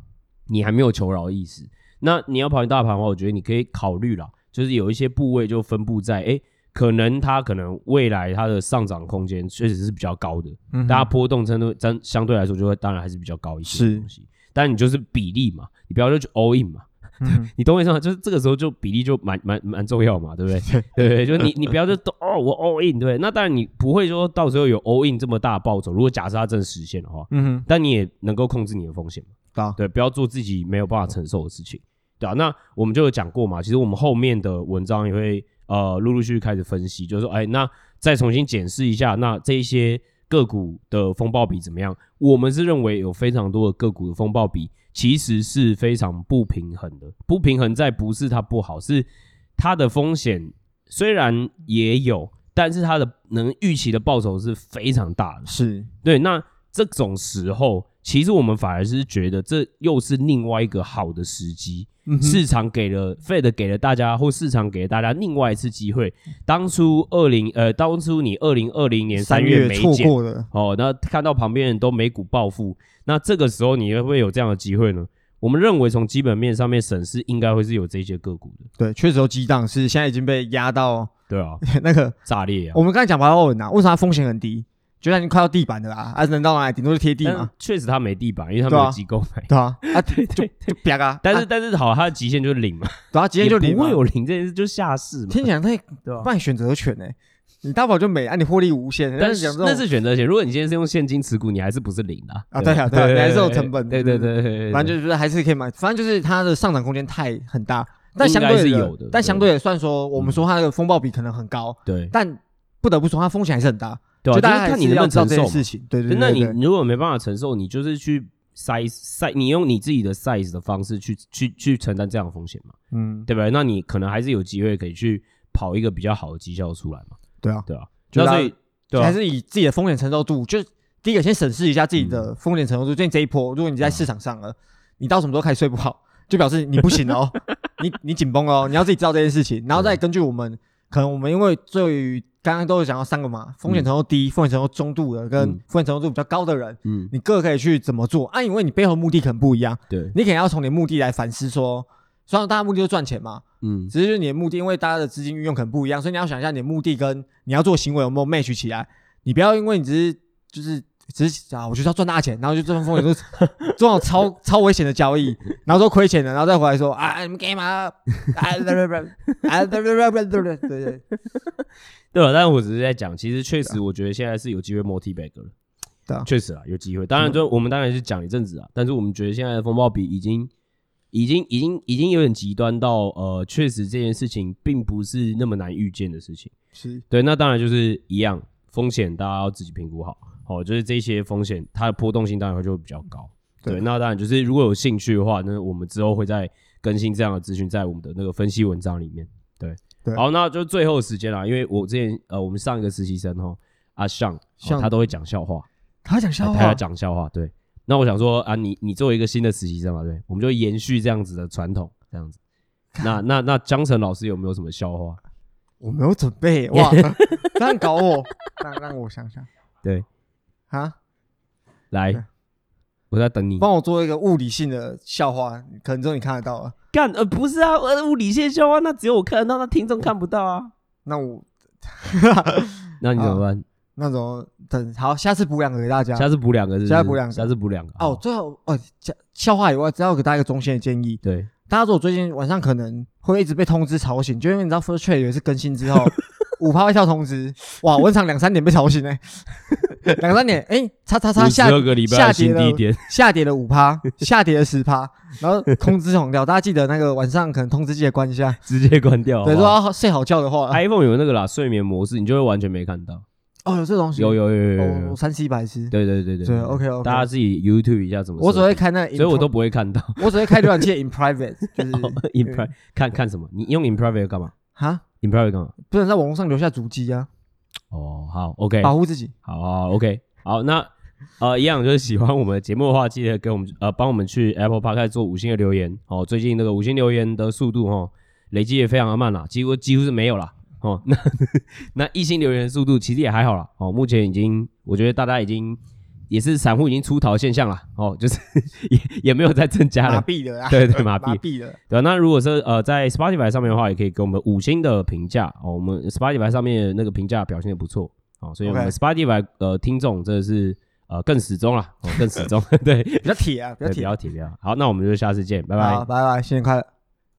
你还没有求饶的意思。那你要跑赢大盘的话，我觉得你可以考虑啦，就是有一些部位就分布在哎、可能它可能未来它的上涨空间确实是比较高的，
嗯
大家波动程度相相对来说就会当然还是比较高一些的
是
东西，但你就是比例嘛，你不要就去 all in 嘛，
嗯
你懂我意思吗？就是这个时候就比例就蛮蛮蛮重要嘛，对不对？对不对？就是你你不要就 都哦我 all in 对不对，那当然你不会说到时候有 all in 这么大的报酬，如果假设它真的实现的话，
嗯哼，
但你也能够控制你的风险嘛，
对 啊
对，不要做自己没有办法承受的事情，对啊。那我们就有讲过嘛，其实我们后面的文章也会呃陆陆续续开始分析，就是说，哎，那再重新检视一下，那这一些个股的风暴比怎么样？我们是认为有非常多的个股的风暴比其实是非常不平衡的，不平衡在不是它不好，是它的风险虽然也有，但是它的能预期的报酬是非常大的。
是，
对，那这种时候，其实我们反而是觉得这又是另外一个好的时机，
嗯哼
市场给了 Fed 给了大家，或市场给了大家另外一次机会。当初二零呃，当初你二零二零年三月没
错
减，
过的，
哦，那看到旁边人都美股暴富，那这个时候你会不会有这样的机会呢？我们认为从基本面上面审视，应该会是有这些个股的，
对，确实有激荡，是现在已经被压到
对 啊，
那个。
炸裂啊！
我们刚才讲白话文啊，为啥它风险很低？就算已经快到地板的啦，啊，能到哪里？顶多就贴地
但
嘛，
确实它没地板，因为它
对
没
啊
有机构买，
对啊，啊，
嗯 对对。
就啪啊。
但是
啊
但是好，它的极限就是零嘛。
对啊，今天就
也
领
不
嘛
会有零这件事，就下市嘛，
听 起来太
对吧？
办选择权呢、你大不了就美，啊，你获利无限。
但
是
是
讲这
那
种
是选择权，如果你今天是用现金持股，你还是不是零的
啊对啊对啊你还是有成本
对对对对对，
反正就是还是可以买，反正就是它的上涨空间太很大，但相对
应该
的
是有的
但相
对嗯
对的算说，我们说它的风暴比可能很高，
对
但不得不说它风险还是很大，
对啊，
就
就
大家
是
还
看你能
是
不
要
能
知道
承
这
受
件
嘛。
事情。对对
对
对
那你
对
你如果没办法承受，你就是去 size size，你用你自己的 size 的方式去去去承担这样的风险嘛，
嗯，
对不对？那你可能还是有机会可以去跑一个比较好的绩效出来嘛，
对啊，
对吧？
就
那
大
所
家
以对啊
还，是以自己的风险承受度，就是第一个先审视一下自己
嗯
的风险承受度。就你这一波，如果你在市场上了，你到什么时候开始睡不好， 就表示你不行 哦，你你紧绷哦，你要自己知道这件事情，然后再根据我们可能我们因为对于刚刚都有讲到三个嘛，风险承受低、风险承受中度的跟
嗯
风险承受度比较高的人，
嗯，
你各可以去怎么做啊？因为你背后的目的可能不一样，
对，
你可能要从你的目的来反思说。虽然大家目的就是赚钱嘛，
嗯，
只是就是你的目的，因为大家的资金运用可能不一样，所以你要想一下你的目的跟你要做的行为有没有 match 起来。你不要因为你只是就是只是啊，我就是要赚大钱，然后就这份风险都 做那种超超危险的交易，然后都亏钱了，然后再回来说啊，你们干嘛？啊，对对对，啊，对对对对对对
对啊吧？但是我只是在讲，其实确实，我觉得现在是有机会 multi bag 了。
啊对啊
确实啊，有机会。当然，就我们当然是讲一阵子啊，但是我们觉得现在的风暴比已经、已经、已经、已经有点极端到呃，确实这件事情并不是那么难预见的事情。
是，
对，那当然就是一样，风险大家要自己评估好。哦，就是这些风险，它的波动性当然就会比较高。对，
对
那当然就是如果有兴趣的话，那我们之后会再更新这样的资讯在我们的那个分析文章里面。对，
对
好，那就最后时间啦，因为我之前呃，我们上一个实习生哈阿尚，哦
像
他都会讲笑话，
他讲笑
他要
话，
讲笑话。对，那我想说啊，你你作为一个新的实习生嘛，对，我们就延续这样子的传统，这样子。那那那江晨老师有没有什么笑话？
我没有准备 哇，这样搞我，让让我想想
对，
啊，
来，我在等你。
帮我做一个物理性的笑话，可能只有你看得到了。
干呃不是啊，呃物理现象啊，那只有我看得到，那听众看不到啊。
那我
那你怎么办？
那种等好，下次补两个给大家。
下次补两个是不是？
下次补两个
下次补两个。
哦，最后哦，讲笑话以外，呃只要给大家一个中线的建议。
对，
大家如果最近晚上可能会一直被通知吵醒，就因为你知道 First Trade 有一次更 新之后，五趴会跳通知，哇，我很常两三点被吵 醒哎、两三点哎，叉叉叉
五十
下
二个礼拜
下
的
跌
新
了
低点，
下跌了五趴，下跌了十趴，然后通知红掉，大家记得那个晚上可能通知记得关一下，
直接关掉。
对，
好
如
不
果
好
要睡好觉的 话，
iPhone 有那个啦，睡眠模式，你就会完全没看到。
哦，有这东西，
有有有有有有
哦，
有。
三 C 白痴，
对对对对
对，OK OK，
大家自己 YouTube 一下怎么设定。
我只会开那个 in，
所以我都不哦会看到。
我只会开浏览器的 in private，就是
in private 看看什么？你用 in private 干嘛
哈，
？in private 干嘛？
不能在网络上留下足迹啊，
哦，好，OK，
保护自己。
好好好，OK，好，那呃，一样就是喜欢我们的节目的话，记得给我们呃，帮我们去 Apple Park 做五星的留言哦。最近那个五星留言的速度哦，累积也非常的慢啦，几乎几乎是没有啦。哦， 那那异性留言的速度其实也还好啦。哦，目前已经我觉得大家已经也是散户已经出逃现象啦。哦，就是 也也没有再增加
麻
了。
痹的啊，
对对，麻
麻
痹。
痹的，
对、啊，那如果是呃在 Spotify 上面的话，也可以给我们五星的评价哦。我们 Spotify 上面那个评价表现的不错哦，所以我们
OK
Spotify 呃听众真的是呃更始终 啦，哦更始终，对，
比较铁啊，比较
对，比
铁。
较体谅。好，那我们就下次见，拜拜。
好，拜拜，新年快乐。